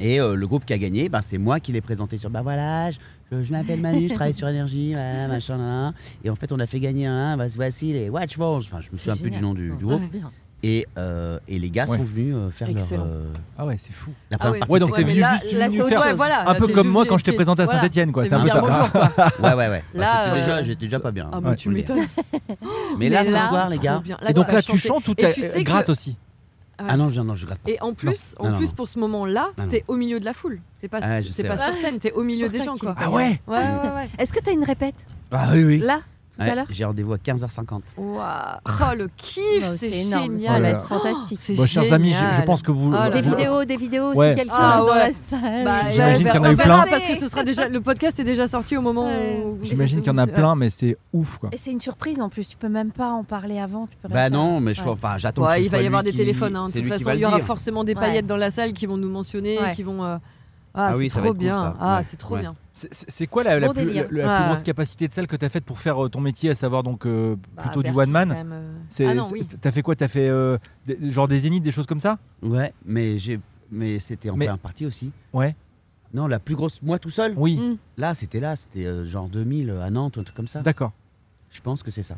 S2: Et euh, le groupe qui a gagné, ben, c'est moi qui l'ai présenté sur. Bah voilà, je, je- je m'appelle Manu, je travaille sur Énergie, *laughs* voilà,
S4: Mhm.
S2: machin, nan, nan. Et en fait, on a fait gagner un. bah, voici les Watch Force. Enfin, je me souviens un peu du nom du, du groupe. Et, euh, et les gars
S1: Ouais.
S2: sont venus euh, faire leur.
S4: Excellent.
S2: euh,
S1: Ah ouais, c'est fou.
S2: la
S4: Ah
S2: première
S4: ouais.
S2: partie
S1: Ouais,
S2: de
S1: donc t'es
S2: Texas.
S1: venu
S4: mais là-
S1: juste
S3: là,
S1: venu
S3: c'est autre
S1: faire
S3: chose.
S4: Ouais, voilà.
S1: un peu
S4: T'es
S1: comme
S4: juste
S1: moi quand je t'ai
S4: venu-
S1: présenté à
S4: voilà.
S1: Saint-Etienne, quoi.
S4: T'es
S1: C'est un peu
S4: venu
S1: ça.
S4: dire bonjour, quoi.
S2: Ouais, ouais, ouais.
S4: Là,
S2: Enfin, c'était
S4: euh,
S2: déjà, j'étais déjà pas bien. hein.
S4: Ah, mais
S2: Ouais.
S4: tu m'étonnes.
S2: Mais là,
S3: Mais
S2: ce
S3: là,
S2: soir, les gars.
S1: Et donc
S4: vas
S1: là, tu
S4: chanter.
S1: chantes ou
S4: Et
S1: t'as-
S4: tu sais que-
S1: grattes aussi
S2: Ah non, je, non, je gratte pas.
S4: Et en plus,
S2: Non,
S4: en
S2: non,
S4: plus
S2: non.
S4: pour ce moment-là,
S2: Ah, non.
S4: t'es au milieu de la foule. T'es pas,
S2: Ah, je
S4: t'es
S2: sais,
S4: pas
S2: ouais.
S4: sur scène, t'es au milieu
S3: pour
S4: des
S3: ça
S4: gens,
S3: qu'il
S4: quoi.
S3: est
S1: Ah ouais
S4: Ouais, ouais, ouais.
S3: Est-ce que t'as une répète
S1: Ah oui, oui.
S3: là tout
S2: Ouais,
S3: à l'heure
S2: J'ai rendez-vous à 15h50.
S4: Waouh. Oh, le kiff,
S3: Non,
S4: c'est
S3: Bah, énorme,
S1: Oh là
S3: ça va
S4: génial.
S1: là.
S3: être fantastique.
S4: C'est
S1: Bon, chers amis, je- je,
S4: génial.
S1: pense que vous.
S4: Oh là
S3: Des
S4: là.
S1: vous-
S3: vidéos, des vidéos,
S1: Ouais.
S3: si quelqu'un
S4: Ah
S3: est dans
S4: ouais.
S3: la salle.
S4: Bah,
S1: J'imagine
S4: bah,
S1: qu'il y en a
S4: t'en
S1: eu
S4: fais
S1: plein.
S4: pas Parce que ce sera déjà, le podcast est déjà sorti au moment
S3: Ouais.
S4: où.
S1: *laughs* J'imagine qu'il y en a plein, mais c'est ouf, quoi.
S3: Et c'est une surprise en plus, tu peux même pas en parler avant. Tu peux rien
S2: Bah
S3: faire.
S2: non, mais je,
S3: Ouais.
S2: enfin, j'attends. que
S4: Ouais,
S2: ce
S4: il va
S2: soit
S4: y avoir
S2: lui
S4: des
S2: qui-
S4: téléphones. hein.
S2: c'est
S4: De
S2: lui
S4: toute
S2: qui
S4: façon,
S2: va
S4: il y
S2: le
S4: aura
S2: dire.
S4: forcément des
S3: Ouais.
S4: paillettes dans la salle qui vont nous mentionner,
S3: Ouais.
S4: qui vont. euh, Ah,
S2: Ah oui, ça
S4: c'est
S2: va
S4: trop
S2: être cool,
S4: bien.
S2: ça.
S4: Ah,
S2: Ouais.
S4: c'est trop
S2: Ouais.
S4: bien.
S1: C'est- C'est c'est quoi la, la
S3: Bon
S1: plus,
S3: délire.
S1: la- la plus
S4: Ouais.
S1: grosse capacité de salle que t'as faite pour faire euh, ton métier, à savoir donc euh,
S4: Bah,
S1: plutôt du
S4: Bercy,
S1: one
S4: quand
S1: man
S4: même, euh,
S1: C'est-
S4: Ah non,
S1: c'est-
S4: oui. Mm.
S1: T'as fait quoi T'as fait euh, des- genre des zéniths, des choses comme ça
S2: Ouais, mais, j'ai- mais c'était en
S1: Mais-
S2: plein partie aussi.
S1: Ouais.
S2: Non, la plus grosse, moi tout seul.
S1: Oui,
S3: Mm.
S2: Là, c'était là, c'était euh, genre 2000 à Nantes, un truc comme ça.
S1: d'accord.
S2: Je pense que c'est ça.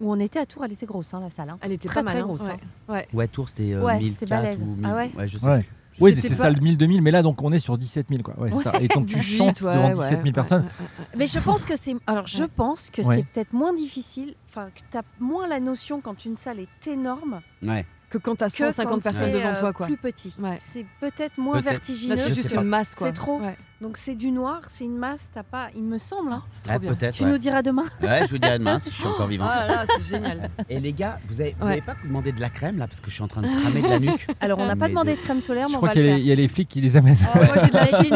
S3: Où on était à Tours, elle était grosse, hein, la salle. hein.
S4: Elle était pas
S3: Très,
S4: mal.
S3: très
S4: hein.
S3: grosse,
S4: Ouais.
S3: hein.
S4: Ouais.
S2: Ouais, Tours, c'était euh,
S3: Ouais,
S2: 1004
S3: c'était balèze.
S2: ou 1000.
S3: Ah ouais
S2: je sais
S1: Ouais.
S2: plus.
S1: Oui,
S4: C'était
S1: c'est
S4: pas-
S1: ça le 1000-2000, mais là donc on est sur 17 000 quoi. Ouais, c'est ça. Et donc tu
S4: 18,
S1: chantes
S4: ouais,
S1: devant
S4: ouais,
S1: 17 000
S4: ouais,
S1: personnes.
S4: ouais, ouais.
S3: Ah, Mais je pense que c'est. Alors, je pense que
S1: Ouais.
S3: c'est peut-être moins difficile, enfin, que t'as moins la notion quand une salle est énorme
S2: Ouais.
S4: Que quand t'as
S3: que
S4: 150
S3: quand
S4: personnes
S3: c'est,
S4: devant
S3: euh,
S4: toi, quoi.
S3: plus petit.
S4: Ouais.
S3: C'est peut-être moins
S2: Peut-être.
S4: Là,
S3: vertigineux.
S2: Je
S4: c'est juste
S2: sais pas.
S4: une masse, quoi.
S3: C'est trop.
S4: Ouais.
S3: Donc, c'est du noir, c'est une masse, t'as pas. Il me semble. hein.
S4: C'est
S2: Ouais,
S4: trop bien.
S2: peut-être.
S3: Tu
S2: Ouais.
S3: nous diras demain.
S2: *laughs* Ouais, je vous dirai demain si je suis encore vivant.
S4: Ah là, c'est génial.
S2: Et les gars, vous avez, vous
S4: Ouais.
S2: avez pas demandé de la crème là parce que je suis en train de cramer de la nuque.
S3: Alors, on n'a pas
S2: Mais
S3: demandé
S2: de-
S3: de crème solaire, mais
S1: Je
S3: on
S1: crois
S3: va
S1: qu'il y,
S3: le
S1: a
S3: faire.
S1: les- il y a les flics qui les amènent.
S4: Ah, moi, j'ai de la,
S3: Mais Ginger-
S4: j'ai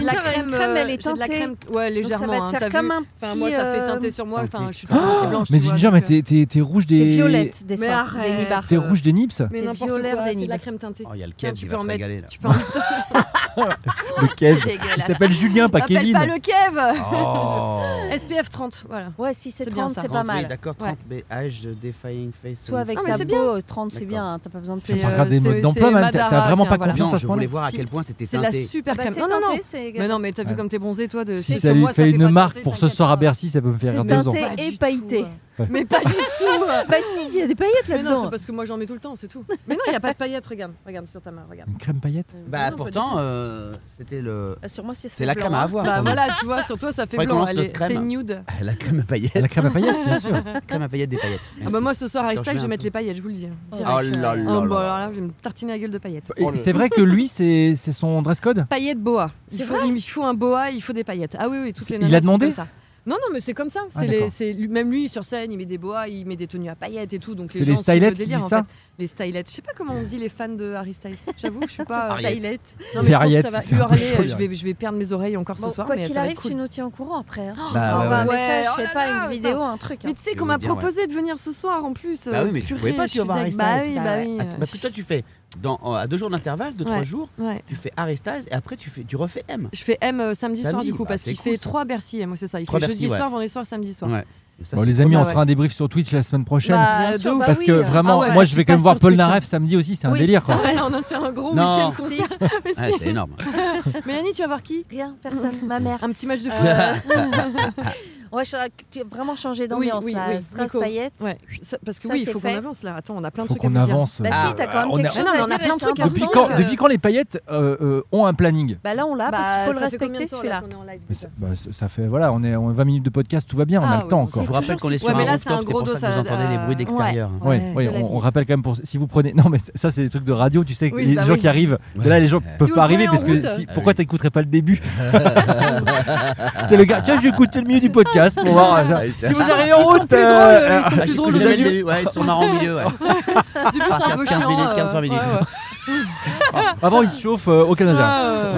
S4: de la
S3: Ginger,
S4: crème,
S3: une crème, elle
S4: euh,
S3: est
S4: j'ai de la
S3: teintée.
S4: crème, ouais,
S3: Donc, ça
S4: légèrement.
S3: va
S4: hein,
S3: te
S4: t'as
S3: faire
S4: vu
S3: comme un petit.
S4: Enfin, moi, ça fait
S3: euh,
S4: teinter sur moi. Enfin, je suis
S2: Ah,
S4: pas blanche.
S1: mais
S4: tu vois,
S1: Ginger,
S4: donc,
S1: mais
S4: euh,
S1: t'es- t'es t'es rouge
S3: C'est
S1: des.
S3: violette des,
S4: Mais
S3: seins,
S4: arrête.
S3: des nibards.
S1: T'es rouge des nips.
S4: Mais
S3: C'est
S4: n'importe quoi,
S3: violet,
S4: c'est de la
S3: Denis.
S4: crème teintée.
S2: Oh, il y a le
S4: Tiens,
S2: Kebs,
S4: tu
S2: il
S4: peux
S2: va
S4: en
S2: se
S4: mettre-
S2: régaler là.
S4: Tu peux en mettre-
S1: *laughs* Le
S4: *laughs*
S1: Kev. Il
S3: Dégueulasse.
S1: s'appelle Julien, pas
S4: Appelle
S1: Kevin.
S4: pas le *laughs* Kev
S2: Oh.
S4: SPF 30, voilà.
S3: Ouais, si c'est
S4: C'est bien
S3: 30,
S4: ça.
S3: c'est
S2: 30,
S3: pas
S2: Oui,
S3: mal.
S2: d'accord, 30 BH Defying Face.
S3: Toi, avec
S4: Non, mais
S3: ta
S4: c'est
S3: peau, euh, 30, c'est
S2: D'accord.
S3: bien. hein, T'as pas besoin de
S4: C'est
S1: pas
S4: euh,
S1: grave des modes d'emploi,
S4: c'est
S1: man. T'as-
S4: Madara,
S1: T'as vraiment
S4: tiens,
S1: pas
S4: voilà.
S1: confiance
S2: Non,
S1: à ce
S2: je voulais
S1: point-là.
S2: voir à
S4: Si.
S2: quel point c'était
S4: C'est de la
S2: teinté.
S4: super
S3: Bah,
S4: crème.
S3: c'est
S4: Non, non, non.
S3: teinté, c'est-
S4: Mais non, mais t'as vu
S1: Ouais.
S4: comme t'es bronzé, toi. De...
S1: Si
S4: Euh, sur
S1: ça lui
S4: moi,
S1: fait
S4: pas
S1: une marque
S4: teinter,
S1: pour ce
S4: t'inquiète
S1: soir à
S4: pas.
S1: Bercy, ça peut me faire
S3: C'est
S1: deux ans.
S3: teinté
S4: Pas du
S3: et
S4: tout,
S3: pailleté.
S4: euh. Mais pas du tout euh.
S3: Bah si, il y a des paillettes
S4: Mais non,
S3: là-dedans.
S4: c'est parce que moi, j'en mets tout le temps, c'est tout. Mais non, il n'y a pas de paillettes, regarde. Regarde sur ta main, regarde.
S1: Une crème paillette
S2: Bah
S4: Non, non,
S2: pourtant, euh, c'était le.
S3: Ah, Sur moi, c'est
S2: C'est la crème à avoir.
S4: Bah
S2: quand même.
S4: voilà, tu vois, sur toi, ça fait
S2: Faudrait qu'on
S4: blanc.
S2: lance
S4: elle
S2: notre
S4: est-
S2: crème.
S4: C'est nude.
S2: *laughs* La crème à paillettes.
S1: La crème à paillettes, bien
S2: *laughs*
S1: sûr.
S2: La crème à paillettes des paillettes.
S4: Ah
S2: Merci.
S4: bah moi, ce soir, à
S2: Attends, je
S4: Ristyle, je
S2: mets
S4: vais
S2: un
S4: mettre
S2: peu.
S4: les paillettes, je vous le dis. Direct.
S2: Oh là
S4: Ah,
S2: là
S4: bon,
S2: là.
S4: alors là, je vais me tartiner la gueule de paillettes.
S2: Oh
S1: Et C'est vrai que lui, c'est c'est son dress code
S4: Paillettes boa.
S3: C'est
S4: Il faut, il faut un boa, il faut des paillettes. Ah oui, oui, toutes les
S1: Il
S4: nanas
S1: a
S4: sont
S1: demandé
S4: comme ça. Non, non, mais c'est comme ça.
S1: Ah,
S4: C'est les-
S1: d'accord.
S4: c'est lui- même lui sur scène, il met des boas, il met des tenues à paillettes et tout. Donc
S1: C'est
S4: les
S1: les
S4: gens suivent
S1: stylettes
S4: le
S1: qui
S4: délire
S1: disent
S4: en
S1: ça
S4: fait. Les stylettes. Je sais pas comment on dit les fans de Harry Styles. J'avoue, je suis pas. euh,
S2: Harriet.
S4: Non, mais je pense que
S1: Harriet,
S4: ça va
S1: c'est un peu chaud,
S4: hurler. Je
S1: là.
S4: vais, je vais perdre mes oreilles encore
S3: Bon,
S4: ce soir.
S3: quoi
S4: mais
S3: qu'il
S4: ça va
S3: arrive,
S4: être cool.
S3: tu nous tiens au courant après.
S4: Oh,
S3: hein. Tu
S2: Bah,
S3: nous
S2: ouais,
S3: envoies un
S4: ouais.
S3: message,
S4: Ouais,
S3: je
S4: oh
S3: sais pas,
S4: là là,
S3: une vidéo, un truc. hein.
S4: Mais tu sais
S2: Je
S4: qu'on
S2: vais
S4: m'a
S2: vous dire, ouais.
S4: proposé de venir ce soir en plus.
S2: Bah
S4: Euh,
S2: oui, mais tu
S4: purée,
S2: pouvais pas,
S4: je
S2: tu vas
S4: suis
S2: voir Harry
S4: dingue. Bah
S2: Styles.
S4: oui,
S3: Bah
S4: bah
S3: ouais.
S4: oui.
S2: Att- Parce que toi, tu fais dans, euh, à deux jours d'intervalle, deux, trois
S4: Ouais.
S2: jours,
S4: Ouais.
S2: tu fais Harry Styles et après tu, fais, tu refais M.
S4: Je fais M euh, samedi, soir
S2: Samedi,
S4: du coup
S2: bah,
S4: parce
S2: c'est
S4: qu'il
S2: cool,
S4: fait
S2: ça.
S4: trois Bercy. M, c'est ça. Il fait
S2: Trois
S4: jeudi
S2: Bercy, ouais.
S4: soir, vendredi soir, samedi soir.
S2: Et ça,
S1: Bon,
S2: c'est
S1: les
S2: cool.
S1: amis, on
S4: bah
S1: se
S4: ouais.
S1: fera un débrief sur Twitch la semaine prochaine.
S3: Bah,
S4: de
S3: sûr,
S4: ouf.
S3: bah
S1: Parce
S3: oui,
S1: que
S3: euh,
S1: vraiment,
S4: Ah ouais,
S1: moi
S4: ouais,
S1: je
S4: tu
S1: vais quand même
S4: passes
S1: voir
S4: sur
S1: Paul
S4: Twitch,
S1: Naref samedi aussi, c'est un
S3: Oui,
S1: délire quoi.
S4: Ah ouais, on a sur un gros
S2: Non.
S4: week-end concert. Mais si.
S2: Ouais, c'est énorme.
S4: Mélanie, tu vas voir qui
S3: Rien, personne, ma mère.
S4: Un petit match de foot.
S3: Euh, On va cha- vraiment changer d'ambiance
S4: Oui, oui,
S3: là.
S4: oui,
S3: Strass
S4: Nico.
S3: paillettes.
S4: Ouais, ça- parce que
S3: Ça,
S4: oui, il
S3: c'est
S4: faut qu'on
S3: fait.
S4: avance là. Attends, on a plein
S1: Il faut
S4: de trucs à
S1: qu'on
S4: vous dire.
S1: avance.
S3: Bah
S2: Ah,
S3: si, t'as
S2: ouais,
S3: quand même
S1: on
S3: quelque
S1: a-
S3: chose
S4: Non, mais
S3: à
S4: on a
S3: dire
S4: plein de
S3: et c'est
S4: trucs à
S3: important
S1: Depuis quand,
S3: que-
S1: depuis quand les paillettes euh, euh, ont un planning
S3: Bah là on l'a parce qu'il faut le respecter celui-là.
S1: Mais ça, bah, ça- ça fait voilà, on est on est 20 minutes de podcast, tout va bien, on
S4: Ah
S1: a le
S4: ouais,
S1: temps
S4: c'est
S1: encore.
S2: Je vous rappelle
S3: toujours
S2: qu'on est
S3: si-
S2: sur
S4: Ouais, mais
S2: un
S4: là, c'est
S2: rooftop,
S4: un
S2: c'est
S4: gros
S2: pour ça
S4: dos,
S2: que vous
S4: ça-
S2: entendez les bruits
S4: euh,
S2: d'extérieur. hein.
S1: Ouais,
S4: Ouais,
S1: ouais,
S3: de la
S1: on, on
S3: vie.
S1: rappelle quand même pour si vous prenez *laughs* non mais ça c'est des trucs de radio, tu sais que
S4: Oui,
S1: les
S4: bah
S1: gens
S4: oui.
S1: qui arrivent de là les gens peuvent
S4: vous
S1: pas
S4: le prenez
S1: arriver
S4: en
S1: parce que
S4: route.
S1: si-
S2: Ah
S1: pourquoi
S2: oui.
S1: t'écouterais pas le
S2: *laughs*
S1: début C'est le gars, tiens, j'écoute le milieu du podcast
S4: Ah,
S1: pour voir euh,
S2: Ouais,
S1: si vous
S2: Ah, ça.
S1: arrivez en route.
S4: plus
S1: euh,
S4: drôles, ils sont
S1: euh,
S2: Ah,
S4: plus
S2: j'écoute
S4: drôles,
S2: jamais
S4: les
S2: le début, ouais, ils sont marrants au milieu. ouais.
S4: *laughs* Du coup, c'est un peu
S2: 15
S4: chiant.
S2: minutes, 15
S4: euh,
S2: minutes.
S4: ouais, ouais.
S1: Avant ils se chauffent euh, au Canada.
S4: Ça, euh,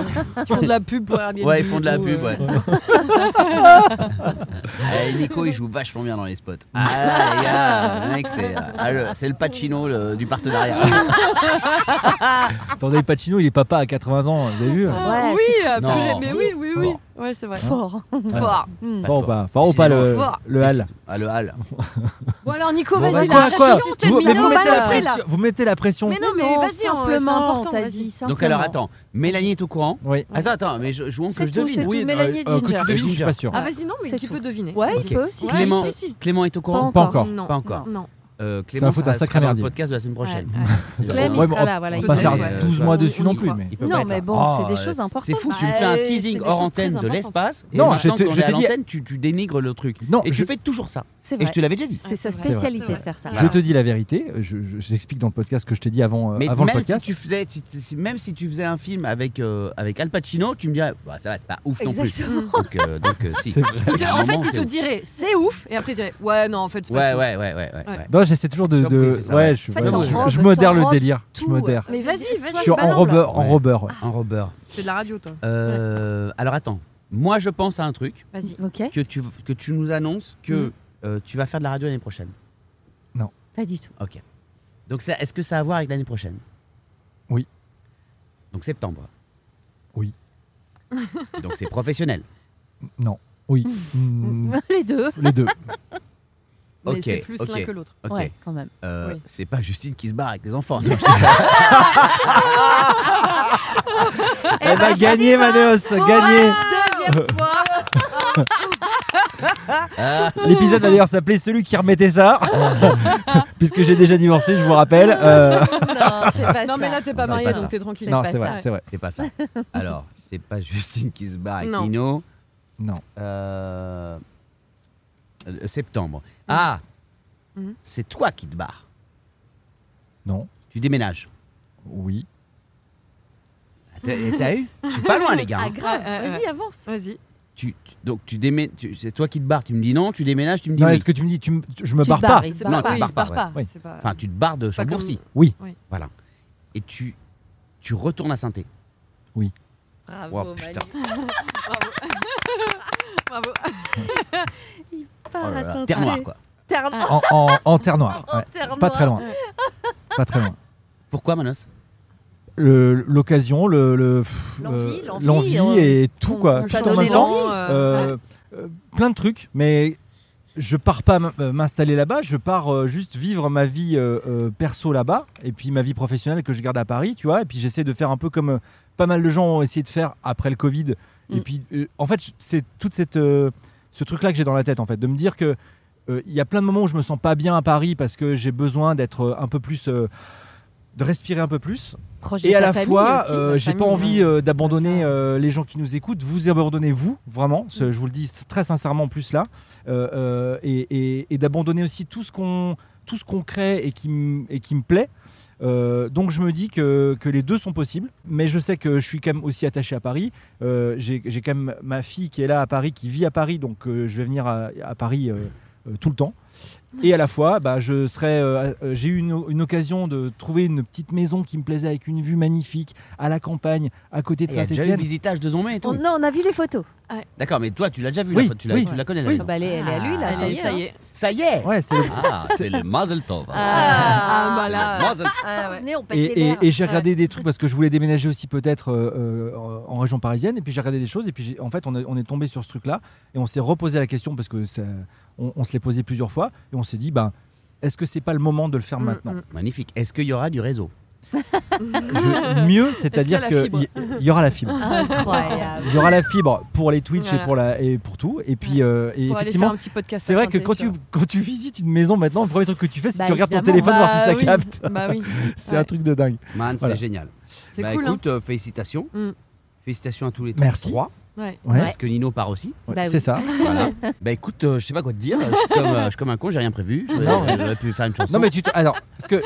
S4: ils font de la pub pour Airbnb.
S2: Ouais, ils font de la
S4: ou,
S2: pub,
S4: euh,
S2: ouais.
S4: *laughs*
S2: Eh, Nico, il joue vachement bien dans les spots. Ah, les gars, le mec, c'est ah, le- c'est le Pacino le- du partenariat.
S1: Attendez, Pacino, il est papa à 80 ans, vous avez vu
S4: Ah,
S3: Ouais,
S4: oui, euh,
S2: Non.
S4: purée, mais oui, oui, oui.
S2: Fort.
S4: Ouais, c'est vrai.
S3: Fort.
S4: Fort.
S1: Fort ou pas Fort ou pas le
S4: Fort.
S1: le hall
S2: Ah, le hall.
S4: Bon, alors, Nico,
S1: Bon,
S4: vas-y,
S1: bah,
S4: là.
S1: quoi, quoi
S4: Chiant,
S1: vous,
S4: t'es
S1: mais vous
S4: mignon,
S1: mettez la
S4: balancez, là.
S1: pression, vous mettez la pression.
S4: Mais non, mais vas-y, on- c'est
S3: simplement.
S4: important.
S3: t'as
S4: vas-y.
S3: dit simplement.
S2: Donc, alors attends, Mélanie est au courant.
S1: Oui.
S2: Attends, attends, mais je- jouons que
S3: C'est
S2: je
S3: tout,
S2: devine.
S3: c'est tout.
S1: Oui,
S3: Mélanie et
S1: euh, que
S3: Ginger.
S1: tu devines, je suis pas sûr.
S4: Ah, vas-y, non, mais
S3: C'est
S4: qui
S3: tout.
S4: peut deviner
S3: Ouais,
S2: Ok.
S3: il peut. Si, si,
S2: Clément,
S3: si,
S4: si.
S2: Clément est au
S3: Pas
S2: courant
S1: Pas
S3: encore.
S1: encore.
S4: Non.
S2: Pas encore.
S4: Non.
S2: Euh,
S1: Ça
S2: Clément,
S1: fout
S2: ça
S1: un
S2: sera
S1: sacré
S2: dans le
S1: merdier.
S2: podcast de la semaine prochaine.
S4: Ouais, ouais.
S3: Clem,
S1: Ouais,
S3: il
S1: mais on-
S3: sera là. Voilà,
S1: on
S3: il
S1: va pas
S3: peut
S1: faire
S3: être là.
S1: 12
S2: Ouais.
S1: mois
S4: On-
S1: dessus
S4: on
S1: non
S4: y
S1: plus.
S4: croit.
S1: Mais...
S2: Il peut pas
S3: Non,
S2: être
S3: mais
S2: là.
S3: bon,
S1: Ah,
S3: c'est des
S1: euh,
S3: choses
S2: C'est
S3: importantes.
S2: fou, tu nous fais un
S4: Ouais, c'est
S2: teasing
S4: des
S2: hors
S4: choses
S2: antenne
S4: très
S2: de l'espace. et
S1: Non,
S2: maintenant
S1: je te-
S2: qu'on
S1: je
S2: est à
S1: te dis-
S2: l'antenne, tu, tu dénigres le truc.
S1: Non,
S2: et
S1: je-
S2: tu fais toujours ça.
S3: C'est
S2: Et
S3: vrai.
S2: je te l'avais déjà dit.
S3: C'est sa
S4: C'est vrai,
S3: spécialité
S4: c'est vrai.
S3: de faire ça.
S1: Je te dis la vérité, je, je- je t'explique dans le podcast que je t'ai dit avant, euh,
S2: Mais
S1: avant le
S2: même si,
S1: podcast.
S2: tu faisais, si- si- même si tu faisais un film avec, euh, avec Al Pacino, tu me dirais, Bah, ça va, c'est pas ouf non
S3: Exactement.
S2: plus. Donc, euh, donc euh,
S1: *laughs*
S2: si.
S1: C'est vrai.
S4: Il te- En fait,
S2: Vraiment,
S4: il
S2: c'est
S4: te
S2: ouf.
S4: dirait c'est ouf, et après, il dirait ouais, non, en fait, c'est pas
S2: Ouais,
S4: si ouf.
S2: ouais, ouais, ouais. ouais, ouais.
S1: Non, j'essaie toujours de.
S2: Je comprends,
S1: de-
S2: il fait ça,
S1: Ouais,
S2: ouais.
S1: je,
S3: Faites
S1: ouais,
S2: en
S1: je-
S3: robe,
S1: je modère le
S3: t'enrobe,
S1: délire.
S3: tout, euh,
S1: je modère.
S4: Mais vas-y, vas-y.
S1: Je suis en
S4: balance.
S1: robeur. En
S2: Ouais.
S1: robeur ouais.
S2: Un robeur.
S4: C'est de la radio, toi.
S2: Euh, Alors attends, moi je pense à un truc
S4: Vas-y.
S3: Ok,
S2: que tu, que tu nous annonces
S4: Mm.
S2: que euh, tu vas faire de la radio l'année prochaine.
S3: pas du tout. *laughs*
S2: Ok. Donc ça- est-ce que ça a à voir avec l'année prochaine
S1: Oui.
S2: Donc septembre.
S1: Oui.
S2: *laughs* Donc c'est professionnel.
S1: Non. Oui. Mm,
S3: Les deux.
S1: Les deux.
S4: Mais
S2: Ok,
S4: c'est plus
S2: ok.
S4: l'un que l'autre.
S2: Ok.
S3: Ouais, quand même.
S2: Euh,
S4: Oui.
S2: C'est pas Justine qui se barre avec
S1: *laughs*
S2: les enfants.
S1: Elle
S4: Eh ben,
S1: va gagner, Manéos Gagné
S3: Deuxième fois.
S2: Ah.
S1: L'épisode va d'ailleurs s'appeler Celui qui remettait ça. Puisque j'ai déjà divorcé, je vous rappelle.
S3: *laughs*
S1: Euh,
S3: Non, c'est pas ça.
S4: Non, mais là, t'es pas
S2: C'est
S4: marié,
S2: pas ça.
S4: donc t'es tranquille.
S1: *laughs*
S3: C'est
S1: Non,
S3: pas
S1: c'est
S3: ça.
S1: vrai, c'est vrai.
S2: c'est pas
S4: *laughs*
S2: ça. Alors, c'est pas Justine qui se barre avec
S4: Non.
S2: Nino.
S1: Non.
S2: Euh, euh, septembre.
S4: Mm.
S2: Ah
S4: Mhm.
S2: C'est toi qui te barres.
S1: Non.
S2: Tu déménages.
S1: Oui.
S2: T'as t'as eu Je suis pas loin, les gars. hein.
S3: Ah, grave.
S4: Ouais, ouais,
S3: Vas-y,
S4: ouais.
S3: avance.
S4: Vas-y.
S2: Tu- tu- donc, tu démé- tu- c'est toi qui te barres. Tu me dis non, tu déménages, tu me dis
S1: Non,
S2: oui.
S1: est-ce que tu me dis, tu me- tu- je me
S3: Tu
S1: barre
S3: barres,
S1: pas
S3: il se
S4: C'est
S3: barre
S2: Non,
S3: pas.
S2: tu
S4: il
S2: barres
S4: se
S2: pas,
S4: barre
S2: ouais.
S4: pas.
S1: Oui.
S4: C'est pas-
S2: Enfin, tu te barres de
S4: Pas comme-
S2: Chambourcy.
S1: Oui.
S2: Voilà. Et tu, tu retournes à Saint-Thé.
S3: Bravo,
S2: Oh,
S3: Manu.
S2: putain.
S4: Bravo. Ah,
S3: Part
S2: Oh là
S3: à
S2: là,
S3: Saint-Tropez.
S2: Terre noire, quoi.
S3: Terre noire.
S1: En, en- en terre noire.
S3: En
S1: ouais.
S3: terre
S1: Pas
S3: noire.
S1: très loin. Pas très loin.
S2: Pourquoi, Manos
S1: Le- L'occasion, le. le- pff,
S3: L'envie,
S1: euh,
S3: l'envie,
S1: l'envie
S3: on-
S1: et tout,
S3: on-
S1: quoi.
S3: on
S1: Tout
S3: t'a
S1: en
S3: donné
S1: même temps.
S3: l'envie.
S1: Euh, euh, plein de trucs, mais je pars pas m- euh, m'installer là-bas, je pars euh, juste vivre ma vie euh, euh, perso là-bas, et puis ma vie professionnelle que je garde à Paris, tu vois, et puis j'essaie de faire un peu comme euh, pas mal de gens ont essayé de faire après le Covid. Et
S3: Mm.
S1: puis, euh, en fait, c'est toute cette euh, ce truc-là que j'ai dans la tête, en fait, de me dire que euh, il y a plein de moments où je me sens pas bien à Paris parce que j'ai besoin d'être euh, un peu plus euh, de respirer un peu plus
S3: Proche de
S1: et à
S3: ta
S1: la
S3: famille
S1: fois,
S3: aussi,
S1: euh,
S3: ma
S1: j'ai pas
S3: famille, hein.
S1: envie
S3: ouais.
S1: euh, d'abandonner
S4: Ça.
S1: euh, les gens qui nous écoutent. Vous abandonnez vous, vraiment.
S3: Mm.
S1: ce- je vous le dis très sincèrement, en plus là, Euh, euh, et, et- et d'abandonner aussi tout ce qu'on tout ce qu'on crée et qui m- et qui me plaît. Euh, donc je me dis que, que les deux sont possibles, mais je sais que je suis quand même aussi attaché à Paris. Euh, j'ai j'ai quand même ma fille qui est là à Paris, qui vit à Paris, donc euh, je vais venir à, à Paris euh, euh, tout le temps. Et à la fois, bah, je serais, euh, euh, j'ai eu une, une occasion de trouver une petite maison qui me plaisait avec une vue magnifique à la campagne, à côté de
S2: Il y a déjà eu le
S1: Saint-Étienne.
S2: visitage de Zombé et
S3: On-
S4: Ah
S2: tout.
S3: non, on a vu les photos.
S2: D'accord, mais toi, tu l'as déjà vu.
S1: Oui,
S2: la, tu, la,
S1: oui.
S2: tu la connais, la
S1: Oui.
S2: maison.
S3: Ah bah, elle, est, elle est à lui, là.
S2: Ah,
S3: ça y est.
S4: ça y
S3: hein.
S4: est.
S2: Ça y est
S1: Ouais, c'est le-
S2: Ah, c'est le Mazel Tov.
S4: Ah, bah
S2: Le
S4: là.
S2: Mazel Tov.
S4: Ah, ouais.
S3: Venez, on pète
S1: et,
S3: les
S1: et-
S3: verres.
S1: et j'ai regardé des trucs parce que je voulais déménager aussi peut-être euh, euh, en région parisienne. Et puis j'ai regardé des choses. Et puis j'ai- en fait, on, a- on est tombé sur ce truc-là et on s'est reposé la question parce que ça- on, on se l'est posé plusieurs fois et on s'est dit, ben, est-ce que c'est pas le moment de le faire
S4: Mm,
S1: maintenant
S4: mm.
S2: Magnifique. Est-ce qu'il y aura du réseau
S1: Je- mieux, c'est-à-dire
S4: qu'il y a la
S1: qu'il
S4: fibre
S1: y, il y aura la fibre.
S3: Incroyable.
S1: *laughs* Il y aura la fibre pour les Twitch et,
S4: Voilà.
S1: pour la, et pour tout. Et puis, euh, et
S4: Pour aller faire
S1: effectivement,
S4: un petit podcast.
S1: c'est
S4: à
S1: vrai que
S4: Saint-Étienne,
S1: quand tu, quand tu visites une maison maintenant, le premier truc que tu fais, c'est
S3: Bah,
S1: que tu regardes ton
S3: évidemment.
S1: téléphone voir si
S4: Bah
S1: ça
S4: oui, *laughs*
S1: capte.
S4: Bah oui,
S1: C'est
S4: Ouais.
S1: un truc de dingue.
S2: Man,
S1: Voilà.
S2: c'est génial.
S4: c'est
S2: bah
S4: cool. hein.
S2: écoute, euh, félicitations.
S4: Mm.
S2: Félicitations à tous les
S1: Merci.
S2: trois.
S4: Ouais.
S1: Ouais,
S2: Parce que Nino part aussi.
S1: ouais,
S3: Bah
S1: c'est
S3: oui.
S1: ça.
S3: *laughs*
S2: Voilà. bah écoute, euh, je sais pas quoi te dire. Je suis comme, euh, je suis comme un con, j'ai rien prévu. J'aurais
S1: Non, mais-
S2: j'aurais pu faire une chanson.
S1: Non mais tu te- alors parce que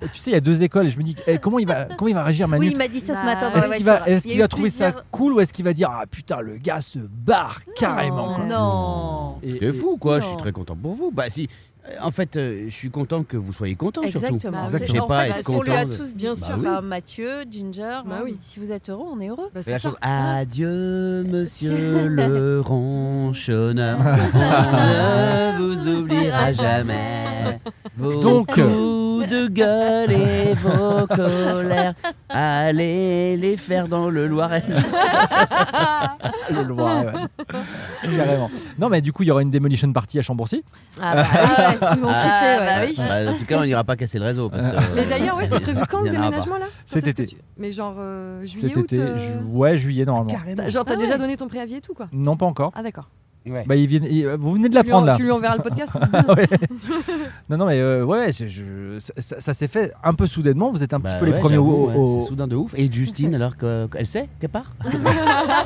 S1: je- tu sais il y a deux écoles et je me dis eh, comment il va comment il va réagir Manu
S3: Oui, il m'a dit ça ce
S4: Bah,
S3: matin dans
S1: est-ce
S3: la
S1: qu'il
S3: voiture.
S1: va est-ce
S3: Il y a
S1: qu'il va
S3: eu
S1: trouver ça
S3: plusieurs-
S1: cool ou est-ce qu'il va dire ah putain le gars se barre carrément quoi.
S3: Non.
S1: Et-
S2: C'est
S1: et-
S2: fou quoi, je
S3: Non.
S2: suis très content pour vous. Bah si, euh, en fait, euh, je suis content que vous soyez content surtout.
S3: Exactement.
S4: Exactement.
S3: C'est-
S2: J'ai
S3: En
S2: pas à
S3: fait,
S2: être
S3: c'est ce qu'on lui a
S2: content de-
S3: tous dit.
S1: Bah
S2: Bien sûr.
S3: Enfin, Mathieu, Ginger,
S4: Bah
S3: hein,
S4: oui.
S3: si vous êtes heureux, on est heureux.
S4: Bah,
S2: Et
S4: c'est
S2: la
S4: ça.
S2: chanson,
S3: *laughs*
S2: Adieu, monsieur le ronchonneur, on ne vous oubliera jamais. Vos
S1: Donc,
S3: euh,
S2: coups de gueule et
S3: *laughs*
S2: vos colères, allez les faire dans le Loiret.
S1: *laughs* le Loiret,
S4: *laughs*
S1: ouais. Carrément. Non mais du coup il y aura une demolition party à Chambourcy.
S3: Ah bah, oui, ils m'ont
S2: Ah,
S3: kiffé, ouais.
S4: bah oui.
S2: Bah, en tout cas, on n'ira pas casser le réseau. Parce que,
S4: *laughs* Mais d'ailleurs, ouais, c'est prévu quand le
S2: Il y en aura
S4: déménagement là Quand
S1: Cet
S4: est-ce que
S1: été.
S4: tu- Mais genre euh, juillet,
S1: Cet
S4: août
S1: été
S4: euh,
S1: ju- ouais juillet normalement.
S4: t'as- Genre, t'as
S3: Ah
S4: déjà
S3: ouais.
S4: donné ton préavis et tout quoi
S1: Non, pas encore.
S4: Ah d'accord.
S2: Ouais.
S1: Bah, ils viennent- ils- vous venez de
S4: Tu lui en-
S1: l'apprendre là.
S4: Tu lui enverras le podcast
S1: Ouais. non, non, mais euh, ouais, je- je- ça, ça- ça s'est fait un peu soudainement. Vous êtes un petit
S2: Bah
S1: peu les
S2: ouais,
S1: premiers au.
S2: j'avoue, ouais,
S1: au-
S2: C'est soudain de ouf. Et Justine, alors que- qu'elle sait qu'elle part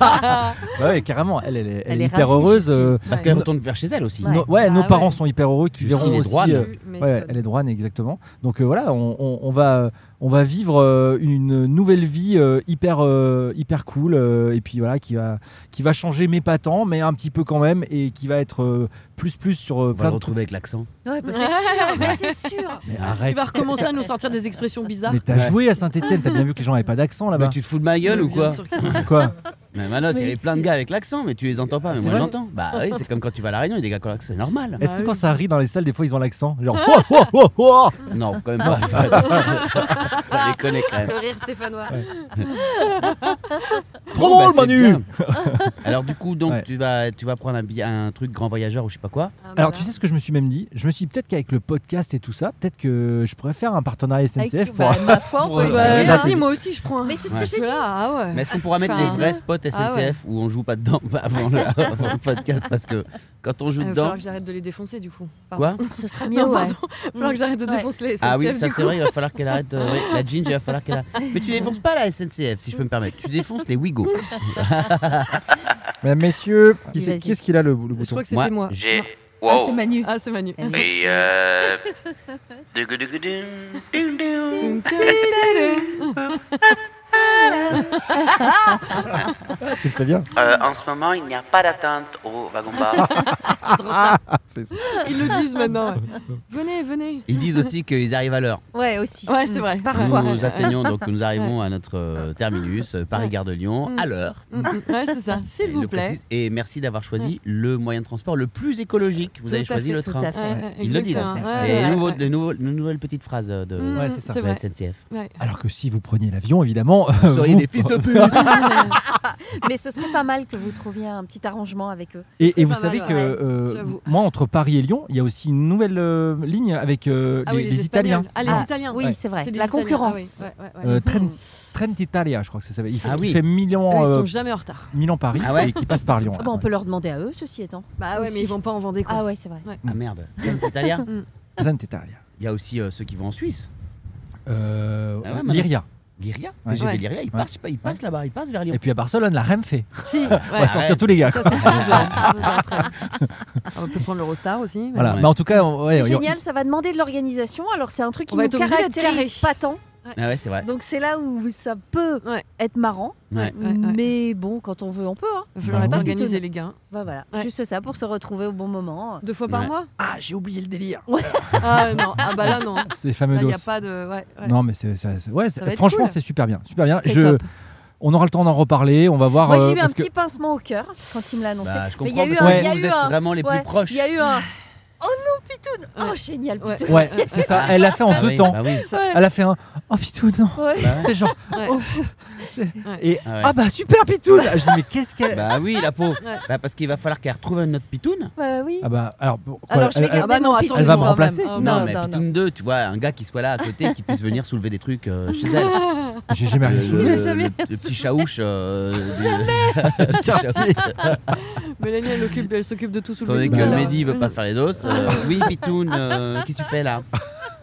S1: Bah ouais, carrément. Elle, elle, est- elle
S3: Elle
S1: est
S3: est
S1: hyper
S3: ravie,
S1: heureuse.
S3: Justine.
S1: euh,
S2: Parce qu'elle retourne vers chez elle aussi.
S1: nos-
S3: Ouais.
S1: ouais, nos
S4: Bah
S1: parents
S4: ouais.
S1: sont hyper heureux qui
S2: Justine
S1: verront
S2: est
S1: aussi.
S2: droite.
S1: euh,
S4: Tu
S1: ouais,
S4: m'étonnes.
S1: elle est droite, exactement. Donc euh, voilà, on, on- on va, euh, on va vivre euh, une nouvelle vie euh, hyper, euh, hyper cool. euh, et puis voilà, qui va, qui va changer, mais pas tant, mais un petit peu quand même. Et qui va être euh, plus, plus sur euh,
S2: On va le
S1: plein de trucs.
S2: retrouver avec l'accent.
S3: Ouais, bah, c'est sûr,
S4: *laughs*
S3: mais c'est sûr.
S1: Mais
S4: Il
S1: arrête.
S4: va recommencer à nous sortir des expressions bizarres.
S1: Mais t'as
S2: Ouais.
S1: joué à Saint-Etienne, t'as bien vu que les gens n'avaient pas d'accent
S2: Mais
S1: là-bas.
S2: Ah bah, tu te fous de ma gueule ou quoi
S4: Bien sûr qu'il-
S1: Quoi
S2: Mais Manos, il y avait plein de gars avec l'accent, mais tu les entends pas, mais
S1: C'est
S2: moi
S1: vrai
S2: j'entends. Bah oui, c'est comme quand tu vas à la Réunion, il y a des gars qui ont l'accent, c'est normal.
S1: Est-ce
S4: Bah
S1: que
S4: oui.
S1: quand ça rit dans les salles, des fois ils ont l'accent Genre, Wouah, wouah, wouah, wouah
S2: Non, quand même pas. Faut
S4: *laughs*
S2: les déconner quand même.
S4: Le rire stéphanois.
S1: Trop
S2: Bon,
S1: drôle,
S2: bah, c'est
S1: Manu *laughs*
S2: bien. Alors du coup, donc
S1: Ouais.
S2: tu vas, tu vas prendre un, billet- un truc grand voyageur ou je sais pas quoi.
S4: Ah,
S1: Alors
S4: voilà.
S1: tu sais ce que je me suis même dit Je me suis dit, peut-être qu'avec le podcast et tout ça, peut-être que je pourrais faire un partenariat SNCF
S3: Avec-
S1: pour...
S3: bah, ma foi, on
S1: pour,
S3: peut
S1: euh,
S3: essayer.
S1: la
S4: Bah,
S3: hein.
S4: vas-y,
S1: télé.
S4: moi aussi je prends. un.
S3: Mais c'est ce
S2: Ouais.
S3: que j'ai
S4: Je suis
S3: dit.
S4: là, ah ouais.
S2: Mais est-ce qu'on pourra mettre des
S4: Enfin,
S2: vrais spots SNCF
S4: Ah ouais.
S2: où on joue pas dedans *laughs* bah, avant, le, avant le podcast Parce que quand on joue
S4: Il va
S2: dedans.
S4: falloir que j'arrête de les défoncer du coup. Pardon.
S2: Quoi
S3: Ah, Ce serait mieux,
S4: Non,
S3: ouais. Mm.
S4: pardon. Il va falloir que j'arrête de
S3: Ouais.
S4: défoncer les SNCF
S2: Ah oui, ça
S4: du
S2: c'est
S4: coup.
S2: vrai, il va falloir qu'elle arrête. euh, ouais, la Ginge, il va falloir qu'elle arrête. Mais tu défonces pas la SNCF, si je peux me permettre. Tu défonces les Ouigo.
S1: *laughs* Mais messieurs, qui
S3: Oui,
S1: c'est-
S3: vas-y.
S1: qui est-ce qu'il a le, le
S4: Je
S1: bouton
S4: crois que c'était moi.
S2: J'ai.
S4: Non.
S3: Ah, c'est Manu.
S4: Ah, c'est Manu.
S3: Elle-
S6: Et euh...
S3: *laughs*
S1: Tu le fais bien
S6: Euh, en ce moment, il n'y a pas d'attente au wagon bar.
S1: C'est ça.
S4: Ils le disent maintenant.
S3: *laughs*
S4: ouais. Venez, venez.
S2: *laughs* Ils disent aussi qu'ils arrivent à l'heure.
S3: Ouais, aussi.
S4: Ouais, c'est
S3: Mm.
S4: vrai.
S3: Parfois.
S2: Nous atteignons, donc nous arrivons à notre euh, terminus, euh, Paris-Gare de Lyon,
S4: Mm.
S2: à l'heure.
S4: Mm, mm. Ouais,
S2: *laughs*
S4: c'est ça. S'il
S2: Je
S4: vous plaît.
S2: précise. Et merci d'avoir choisi le moyen de transport le plus écologique. Vous
S4: Tout
S2: avez
S4: à
S2: choisi
S4: fait,
S2: le
S3: tout
S2: train.
S3: à fait.
S4: Ouais, ouais,
S2: Ils le disent.
S4: exactement. Ouais,
S2: Et
S4: ouais, ouais.
S2: nouveau, les nouveaux- les nouvelles petites phrases euh, de
S3: Mmh,
S4: Mm,
S2: de
S1: Ouais, c'est ça.
S4: C'est
S2: la
S4: vrai.
S2: SNCF.
S4: Ouais.
S1: Alors que si vous preniez l'avion, évidemment, euh,
S2: Vous seriez des fils de pute
S1: *laughs*
S3: Mais ce serait pas mal que vous trouviez un petit arrangement avec eux.
S1: Et, et
S4: C'est
S1: vous
S4: pas mal,
S1: savez que
S3: ouais.
S1: euh,
S4: J'avoue.
S1: moi, entre Paris et Lyon, il y a aussi une nouvelle euh, ligne avec euh,
S4: Ah
S1: les,
S4: oui,
S1: les Italiens.
S4: Espagnols. Ah, les
S3: Ah,
S4: Italiens.
S3: Oui,
S1: Ouais.
S3: c'est
S4: C'est
S3: vrai.
S4: des
S3: La
S4: Italiens.
S3: concurrence.
S4: Ah oui, ouais, ouais, ouais.
S1: Euh, Trent,
S3: Mhm.
S1: Trent Italia, je crois que ça s'appelle. Il faut
S2: Ah
S1: qui
S2: oui.
S1: fait Milan,
S4: Eux, ils
S1: euh,
S4: sont jamais en retard.
S1: Milan-Paris
S2: Ah ouais
S1: et qui passe par Lyon.
S3: Ah
S1: là.
S3: bah, on peut leur demander à eux, ceci étant.
S4: Bah ouais, mais
S3: Aussi.
S4: ils vont pas en Vendée quoi.
S3: Ah ouais, c'est vrai.
S2: Ah merde. Comme Italia.
S1: Trent Italia.
S2: Il y a aussi euh, ceux qui vont en Suisse.
S1: Euh,
S2: Ah ouais, maintenant,
S1: Lyria.
S2: Lyria.
S1: Ouais.
S2: TGV
S4: Ouais.
S2: Lyria, ils passent, ils passent là-bas, ils passent vers Lyon.
S1: Et puis à Barcelone, la Renfe.
S2: *laughs*
S4: Si. Ouais.
S1: On va sortir
S2: arrête.
S1: tous les gars.
S4: Ça,
S1: quoi.
S4: *laughs* c'est après, je- ça, c'est après. *laughs* On peut prendre l'Eurostar aussi. mais-
S1: Voilà.
S2: Ouais.
S1: Mais en tout cas, on- ouais,
S3: c'est
S1: il y a-
S3: génial, ça va demander de l'organisation. Alors c'est un truc qui
S4: On va
S3: ne
S4: être obligé d'être
S3: caractérise
S4: carré.
S3: pas tant.
S2: Ah ouais, c'est vrai.
S3: Donc c'est là où ça peut
S4: Ouais.
S3: être marrant.
S2: Ouais.
S4: Ouais, ouais.
S3: Mais bon, quand on veut, on peut. Hein.
S4: Il va falloir
S1: Bah,
S4: être
S1: oui.
S4: organisé, les gars.
S3: Bah, voilà,
S4: Ouais.
S3: juste ça pour se retrouver au bon moment.
S4: Deux fois par
S2: Ouais.
S4: mois
S1: Ah, j'ai oublié le *laughs* délire.
S4: *laughs* Ah non, ah bah là non. Là,
S1: Ces fameux
S4: Il
S1: dos.
S4: n'y a pas de. Ouais, ouais.
S1: Non, mais c'est, ça- c'est- ouais, c'est-
S4: Ça va être
S1: franchement,
S4: cool.
S1: c'est super bien, super bien.
S3: C'est
S1: Je-
S3: top.
S1: on aura le temps d'en reparler. On va voir.
S3: Moi,
S1: euh,
S3: j'ai eu un
S1: parce que-
S3: petit pincement au cœur quand il me l'a annoncé.
S2: Bah, je
S3: Mais il
S2: comprends
S3: y a eu
S2: parce
S3: un.
S2: que
S3: il y a
S2: vous
S3: eu
S2: êtes
S3: un-
S2: vraiment les
S3: ouais,
S2: plus proches.
S3: Il y a eu un. Oh non, pitoune Oh,
S4: Ouais.
S3: génial,
S4: Ouais.
S3: pitoune
S1: Ouais, *laughs* c'est ça. Elle l'a fait en
S2: Ah
S1: deux
S2: oui,
S1: temps.
S2: bah oui.
S4: Ouais.
S1: Elle a fait un. Oh putain, non.
S3: Ouais.
S2: Bah ouais.
S1: *laughs* C'est genre.
S4: Ouais.
S1: oh, Et
S2: Ah ouais.
S1: ah bah super Pitoun Je dis mais qu'est-ce qu'elle
S2: Bah oui, la peau.
S4: Ouais.
S2: Bah, parce qu'il va falloir qu'elle retrouve un autre pitoun.
S3: Bah oui.
S1: Ah bah alors, bon, quoi,
S3: Alors je vais
S1: elle- elle-
S3: garder
S4: bah non,
S3: mon
S4: attends,
S3: pitoun
S1: elle va me
S3: quand même.
S1: remplacer
S3: Ah,
S2: non,
S3: non,
S2: mais
S3: non,
S2: pitoun
S3: non.
S2: 2, tu vois, un gars qui soit là à côté, qui puisse venir soulever des trucs euh, chez elle.
S1: j'ai jamais rien
S2: Le-
S1: soulevé.
S3: Il a
S2: le-
S3: jamais
S2: le-
S3: rien
S2: le petit
S3: soulevé.
S2: chaouche. euh, *laughs* de- le petit chaouche.
S4: Mélanie, elle occupe- elle s'occupe de tout sous le
S2: Tandis
S4: lit.
S2: que
S1: Bah.
S4: tout à l'heure.
S2: Mehdi veut pas faire les doses. euh, oui, Pitoun, euh, qu'est-ce que tu fais là *laughs*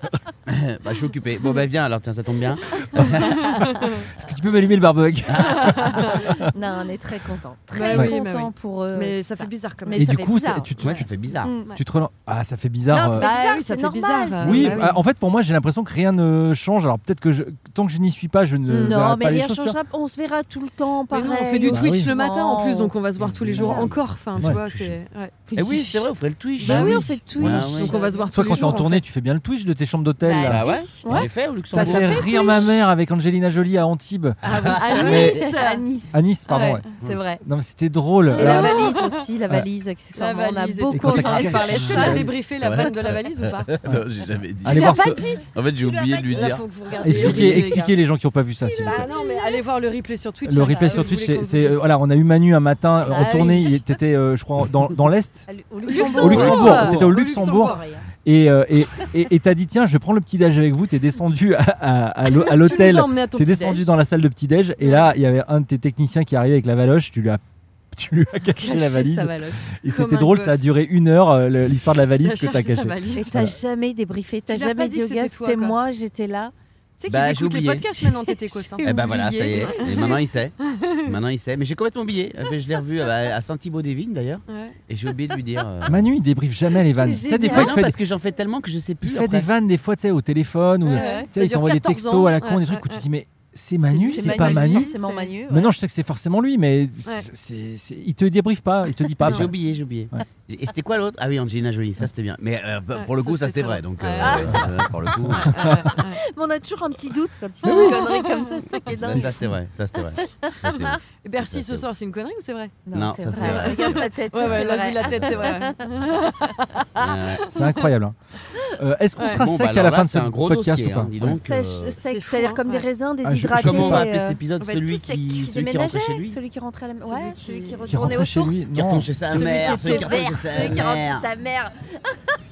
S2: Bah, je suis occupé. Bon, bah, viens alors, tiens, ça tombe bien.
S1: Est-ce que tu peux m'allumer le barbecue
S3: Non, on est très content.
S4: Bah
S3: Très
S4: oui, bah
S3: content
S4: oui.
S3: pour euh,
S4: Mais ça fait bizarre quand
S3: Mais
S4: même.
S1: Et
S3: ça
S1: du
S3: fait
S1: coup,
S3: bizarre.
S1: c'est- tu, tu,
S2: Ouais,
S1: tu-
S2: ça fait bizarre.
S3: Mm.
S1: tu te relances. Ah, ça fait
S3: Non,
S1: bizarre. euh.
S3: ça fait bizarre,
S4: Bah oui, ça
S3: c'est
S4: fait bizarre.
S3: normal,
S4: Ah,
S1: Oui,
S4: bah oui.
S1: bah, en fait, pour moi, j'ai l'impression que rien ne change. Alors peut-être que je- tant que je n'y suis pas, je ne. verrai
S3: Non, mais
S1: pas les
S3: rien
S1: choses, tu vois.
S3: changera. On se verra tout le temps.
S4: Mais
S3: Pareil.
S4: non, on fait du
S1: Bah
S4: Twitch
S1: oui.
S4: le matin en plus,
S3: Non.
S4: donc on va se voir tous les jours
S3: Voilà.
S4: encore. Enfin, tu
S1: Ouais.
S4: vois, c'est. ouais.
S2: Eh oui, c'est vrai, vous ferez le Twitch.
S3: Bah
S1: Bah
S3: oui,
S1: oui.
S3: on fait tout.
S2: Ouais, ouais.
S4: Donc on va se voir tous
S1: Toi,
S4: les
S1: quand t'es
S4: jours.
S1: en tournée,
S4: fait.
S1: tu fais bien le Twitch de tes chambres d'hôtel.
S4: Bah,
S1: là.
S2: Bah ouais,
S3: Ouais.
S2: j'ai fait au
S1: Ça
S2: Luxembourg.
S3: bah,
S2: *laughs*
S1: fait rire ma mère avec Angelina Jolie à Antibes,
S4: Ah, bah, à
S1: Mais-
S4: Nice.
S3: à Nice.
S1: à Nice, pardon. ouais.
S3: Ouais, C'est vrai.
S1: Non, mais c'était drôle.
S3: Et
S1: Euh,
S3: la valise aussi, la valise,
S4: La
S3: accessoirement. On a
S4: valise. et
S3: beaucoup
S4: tout.
S1: quand t'as
S3: entendu
S1: quelqu'un
S3: parler de
S4: Est-ce que
S1: qui-
S3: ça.
S4: t'as débriefé la
S2: C'est vrai.
S4: vanne de la valise ou pas
S1: Ah.
S2: Non, j'ai jamais dit.
S1: Allez
S3: Tu l'as
S1: voir.
S3: pas
S1: ce-
S3: dit.
S2: En fait, j'ai
S3: Tu l'as
S2: oublié
S3: pas
S2: de lui
S3: dit.
S4: Là,
S2: dire.
S4: faut que vous regardiez.
S1: Expliquez,
S4: les
S1: expliquez
S4: gars.
S1: les gens qui n'ont pas vu ça. s'il vous plaît.
S4: Bah non, mais allez voir le replay sur Twitch.
S1: Le
S4: hein,
S1: replay
S4: parce
S1: sur
S4: que
S1: Twitch,
S4: vous voulez
S1: c'est,
S4: qu'on vous
S1: c'est-
S4: dise.
S1: euh, voilà, on a eu Manu un matin euh,
S4: Ah
S1: en
S4: oui.
S1: tournée, il était, euh, je crois, dans, dans
S4: *laughs*
S1: l'est,
S3: Au
S1: au Luxembourg. T'étais au Luxembourg et euh, et et- et t'as dit tiens, je vais prendre le petit déj avec vous. T'es descendu à, à- à l'hô- à
S4: Tu nous
S1: l'hôtel,
S4: as emmenés à ton
S1: t'es
S4: petit-déj.
S1: descendu dans la salle de petit déj et là il y avait un de tes techniciens qui arrivait avec la valoche. Tu lui as *laughs* tu lui as caché la valise. Et
S4: Comme
S1: c'était
S4: un
S1: drôle,
S4: gosse.
S1: ça a duré une heure euh, le- l'histoire de la
S4: Il a
S1: valise que
S4: cherché
S1: t'as
S4: sa
S1: cachée.
S4: valise.
S3: Et
S4: Tu
S3: t'as jamais débriefé, t'as
S4: Tu l'as pas
S3: jamais
S4: dit
S3: dit au
S4: que
S3: gars,
S4: c'était toi,
S3: c'était
S4: quoi.
S3: moi, j'étais là.
S4: sais qu'ils
S2: Bah, j'ai
S4: écoutent les
S2: oublié.
S4: podcasts maintenant, t'es écossais.
S2: Eh ben voilà, ça y est. Et maintenant, il
S3: *laughs*
S2: sait. Maintenant, il sait. Mais j'ai complètement oublié. Euh, Je l'ai revu à à Saint-Thibaud-des-Vignes d'ailleurs. Et j'ai oublié de lui dire. euh,
S1: Manu, il débriefe jamais les
S3: C'est
S1: vannes. Tu sais, des
S3: génial.
S1: fois,
S2: Mais
S1: il
S2: non,
S1: fait,
S2: parce que j'en fais tellement que je sais
S1: il
S2: plus.
S1: fait
S2: après.
S1: des vannes, des fois, tu sais, au téléphone, ou
S4: Ouais.
S1: tu sais, il
S4: Ça dure
S1: t'envoie des
S4: 14
S1: textos
S4: ans.
S1: à la con,
S4: Ouais,
S1: des trucs
S4: ouais,
S1: où tu
S4: ouais.
S1: te dis, mais c'est Manu,
S4: c'est
S1: c'est pas
S4: Manu,
S1: Manu.
S3: forcément Manu. ouais.
S1: Maintenant, je sais que c'est forcément lui, mais
S4: Ouais.
S1: c'est, c'est- il te débriefe pas, il te dit pas.
S2: J'ai oublié, j'ai oublié.
S1: Ouais.
S2: Et c'était quoi l'autre Ah oui, Angelina Jolie, ça c'était bien. Mais euh, bah,
S4: Ouais,
S2: pour le
S4: ça,
S2: coup, ça
S4: c'était
S2: c'était vrai.
S4: très
S2: Donc,
S4: bon.
S2: euh,
S4: Ouais.
S2: euh, pour le coup, ça,
S3: Mais on a toujours un petit doute quand il fait une connerie comme ça, c'est ça qui est dingue.
S2: ça, c'était vrai. Ça c'était vrai. Ça, c'est vrai.
S4: Bercy
S2: Ça, c'est
S4: ce soir, c'est une connerie ou c'est vrai
S2: Non, ça, c'est vrai.
S3: Regarde sa tête,
S4: Ouais,
S3: ça,
S4: ouais,
S3: c'est
S4: elle a
S3: vrai.
S4: vu la tête, c'est vrai.
S2: Euh,
S1: C'est incroyable. hein. Euh, est-ce qu'on
S4: Ouais.
S1: fera
S2: bon, bah,
S1: sec à
S2: alors
S1: la
S2: là,
S1: fin de ce
S2: c'est un gros
S1: podcast
S2: dossier,
S1: ou pas
S2: hein, dis donc,
S3: Sèche-
S2: euh,
S3: sec,
S4: c'est
S3: c'est-à-dire
S4: fou,
S3: comme
S4: hein,
S3: des
S1: Ah,
S3: raisins
S1: je-
S3: déshydratés.
S2: Comment on va
S3: euh,
S2: appeler cet épisode
S3: on va
S2: Celui
S3: être tous secs.
S2: qui, celui qui
S3: déménageait,
S2: rentrait chez lui
S3: Celui qui rentrait à la maison.
S4: Celui
S3: Ouais,
S4: qui-
S3: celui qui
S4: qui
S1: Qui
S3: retournait
S1: rentre
S3: aux
S1: chez lui
S3: sources.
S2: Qui
S1: Non,
S2: retourne chez sa mère,
S3: Celui qui était
S2: retourne
S3: vert,
S2: chez sa
S3: celui qui rentre
S2: mère.
S3: chez sa mère.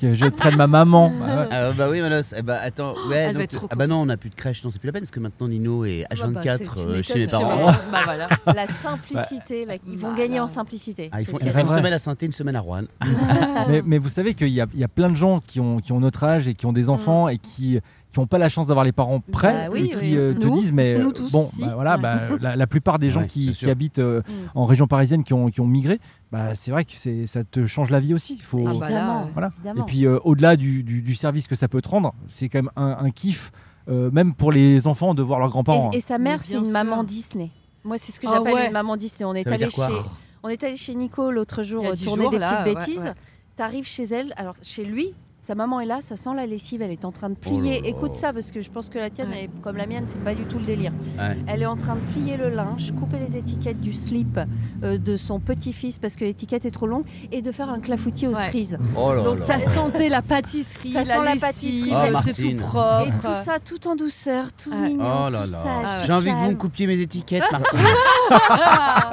S1: que je traîne ma
S4: *laughs*
S1: maman. Ah ouais.
S2: Ah bah oui Manos, eh bah attends, ouais,
S4: Elle va
S2: donc,
S4: être trop
S2: ah bah non on n'a plus de crèche, non c'est plus la peine parce que maintenant Nino est
S3: bah,
S2: H24
S3: c'est- tu
S2: euh,
S3: m'étonnes,
S2: chez mes
S3: chez
S2: parents.
S3: mes parents.
S4: Bah voilà.
S3: La simplicité, là, ils vont
S4: Bah,
S3: gagner
S4: là.
S3: en simplicité.
S2: Ah, ils
S3: je
S2: font,
S3: te
S2: ils
S3: dis.
S2: font une
S1: vrai.
S2: semaine à Saint-Étienne, une semaine à Rouen.
S1: mais,
S3: Ah.
S1: mais vous savez qu'il y a, il y a plein de gens qui ont, qui ont notre âge et qui ont des enfants et qui qui n'ont pas la chance d'avoir les parents prêts
S3: Mm. Bah oui,
S1: et qui
S3: oui.
S1: euh, te
S4: Nous,
S1: disent mais
S3: nous
S1: euh,
S3: tous,
S1: bon
S3: si.
S1: bah, voilà
S3: Ouais.
S1: bah, la, la plupart des gens
S2: Ouais,
S1: qui,
S2: bien
S1: qui
S2: sûr.
S1: habitent euh,
S3: Mm.
S1: en région parisienne qui ont, qui ont migré bah, c'est vrai que c'est ça te change la vie aussi Il faut
S4: Ah bah,
S3: Évidemment.
S1: Voilà. Et
S3: évidemment.
S1: puis euh, au-delà du, du- du service que ça peut te rendre, c'est quand même un, un kiff, euh, même pour les enfants, de voir leurs
S2: hein.
S1: grands-parents. hein.
S3: Et, et sa
S4: Mais
S3: mère, c'est
S4: bien
S3: une
S4: sûr.
S3: maman Disney. Moi, c'est ce que
S4: Ah
S3: j'appelle
S4: ouais.
S3: une maman Disney. On est
S2: Ça veut
S3: allé
S2: dire quoi
S3: chez, on est allé chez Nico l'autre jour
S4: Il y a
S3: euh,
S4: dix
S3: tourner
S4: jours,
S3: des
S4: là,
S3: petites
S4: ouais,
S3: bêtises.
S4: ouais.
S3: T'arrives chez elle, alors chez lui, sa maman est là, ça sent la lessive, elle est en train de
S2: Oh là
S3: plier.
S2: là.
S3: Écoute ça parce que je pense que la tienne,
S4: Ouais.
S3: est- comme la mienne, c'est pas du tout le délire.
S2: Ouais.
S3: Elle est en train de plier le linge, couper les étiquettes du slip euh, de son petit-fils parce que l'étiquette est trop longue et de faire un clafoutis aux
S4: Ouais.
S3: cerises.
S2: Oh là
S3: Donc
S2: là.
S4: Ça sentait la pâtisserie,
S3: Ça
S4: la
S3: sent la
S4: lessive,
S3: pâtisserie,
S2: Ah,
S4: c'est
S2: Martine.
S4: tout propre.
S3: Et tout ça, tout en douceur, tout
S4: Ouais.
S3: mignon,
S2: Oh
S3: tout
S2: là
S3: sage,
S2: là.
S3: tout
S2: J'ai envie que vous
S3: calme.
S2: me coupiez mes étiquettes Martine.
S4: Ah,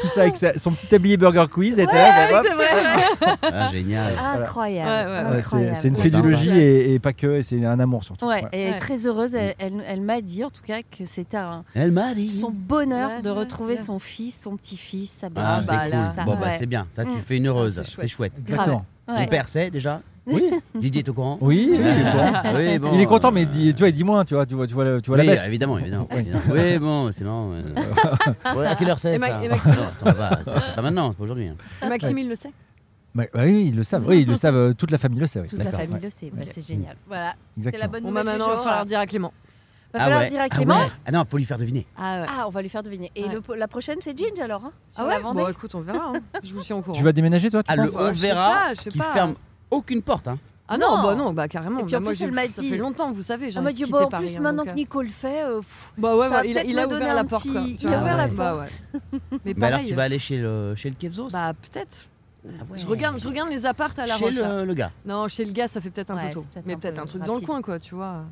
S1: Tout ça avec sa- son petit tablier Burger Quiz. et t'es là, bah,
S4: oui,
S1: hop.
S4: c'est vrai.
S2: Ah, génial.
S3: Incroyable.
S4: Ouais, ouais.
S1: Ouais, c'est-
S3: incroyable.
S1: c'est une
S2: Ouais, sympa.
S1: fédéologie et, et pas que, et c'est un amour surtout.
S3: Ouais,
S1: Ouais.
S3: elle est
S4: Ouais.
S3: très heureuse. Elle, elle- elle m'a dit en tout cas que c'était un-
S2: Elle m'a dit.
S3: son bonheur
S4: Ouais,
S3: de
S4: ouais,
S3: retrouver
S4: ouais.
S3: son fils, son petit-fils, sa belle
S2: Ah,
S4: Ah,
S2: c'est
S4: bah,
S2: cool.
S4: là.
S3: ça.
S2: Bon, bah,
S3: Ouais.
S2: c'est bien. Ça, tu
S3: Mm.
S2: fais une heureuse.
S4: C'est
S2: C'est chouette.
S1: Exactement.
S3: Ouais.
S2: Ton père sait déjà
S1: Oui,
S2: Didier est au courant
S1: oui, oui, il est content.
S2: Ah, oui, bon.
S1: il est content, mais dis- tu vois, il dit moins, tu vois, tu vois, tu vois, le- tu vois
S2: oui,
S1: la bête.
S2: évidemment, évidemment.
S1: Ouais.
S2: évidemment. Oui, bon, c'est marrant. euh. Ouais, à quelle heure c'est
S4: Et Ma-
S2: ça
S4: et Maxime
S2: Non, attends, bah, C'est c'est pas maintenant, c'est pas aujourd'hui. hein.
S4: Maxime, il le sait.
S1: Bah, bah oui, ils le savent. Oui, ils
S4: *laughs*
S1: le savent. euh, Toute la famille le sait. oui.
S3: Toute la
S1: D'accord,
S3: famille
S1: ouais.
S3: le sait. Bah,
S1: Ok.
S3: C'est génial. Voilà, c'était la
S1: Exactement.
S3: bonne
S4: Bon, bah,
S3: nouvelle du
S4: maintenant, il
S3: jour.
S4: va falloir dire à Clément.
S3: Va
S2: Ah
S3: falloir
S2: ouais.
S3: dire à
S2: Ah
S3: Clément.
S2: ouais. Ah non, pour lui faire deviner.
S4: Ah ouais.
S3: Ah, on va lui faire deviner. Et
S4: Ouais.
S3: le- la prochaine, c'est Ginge alors hein, sur
S4: Ah
S3: la
S4: ouais
S3: Vendée.
S4: Bon, écoute, on verra. hein. Je vous tiens au courant.
S1: Tu vas déménager, toi tu
S2: Ah, le
S1: penses
S4: Bah,
S2: on
S4: je sais
S2: verra
S4: pas, je sais
S2: qui
S4: pas.
S2: ferme aucune porte. Hein.
S4: Ah non,
S3: Non.
S4: bah non, bah carrément.
S3: Et puis en
S4: Bah, moi,
S3: plus,
S4: j'ai-
S3: elle m'a
S4: Ça
S3: dit-
S4: fait longtemps, vous savez, j'ai
S3: Elle m'a
S4: envie
S3: dit
S4: de
S3: bon,
S4: quitter
S3: en
S4: Paris,
S3: plus
S4: hein,
S3: maintenant
S4: donc,
S3: que
S4: euh,
S3: Nico le fait, euh, pff,
S4: Bah ouais,
S3: ça
S4: bah,
S3: va
S4: il a,
S3: peut-être
S4: il a
S3: me donner
S4: ouvert
S3: un
S4: la porte.
S3: petit-
S4: quoi.
S3: il
S4: Ah
S3: a ouvert
S4: ouais,
S3: la
S4: bah ouais. Mais
S2: Bah, alors,
S4: pareil. euh,
S2: tu vas aller chez le, chez le Kevzos
S4: Bah peut-être.
S2: Ah ouais.
S4: Je regarde, je regarde les appartes à la
S2: Chez
S4: roche. là.
S2: le, le gars.
S4: Non, chez le gars, ça fait peut-être un
S3: Ouais,
S4: peu tôt.
S3: c'est peut-être
S4: mais
S3: un
S4: peut-être
S3: peu
S4: un truc dans le
S3: rapide.
S4: coin, quoi, tu vois.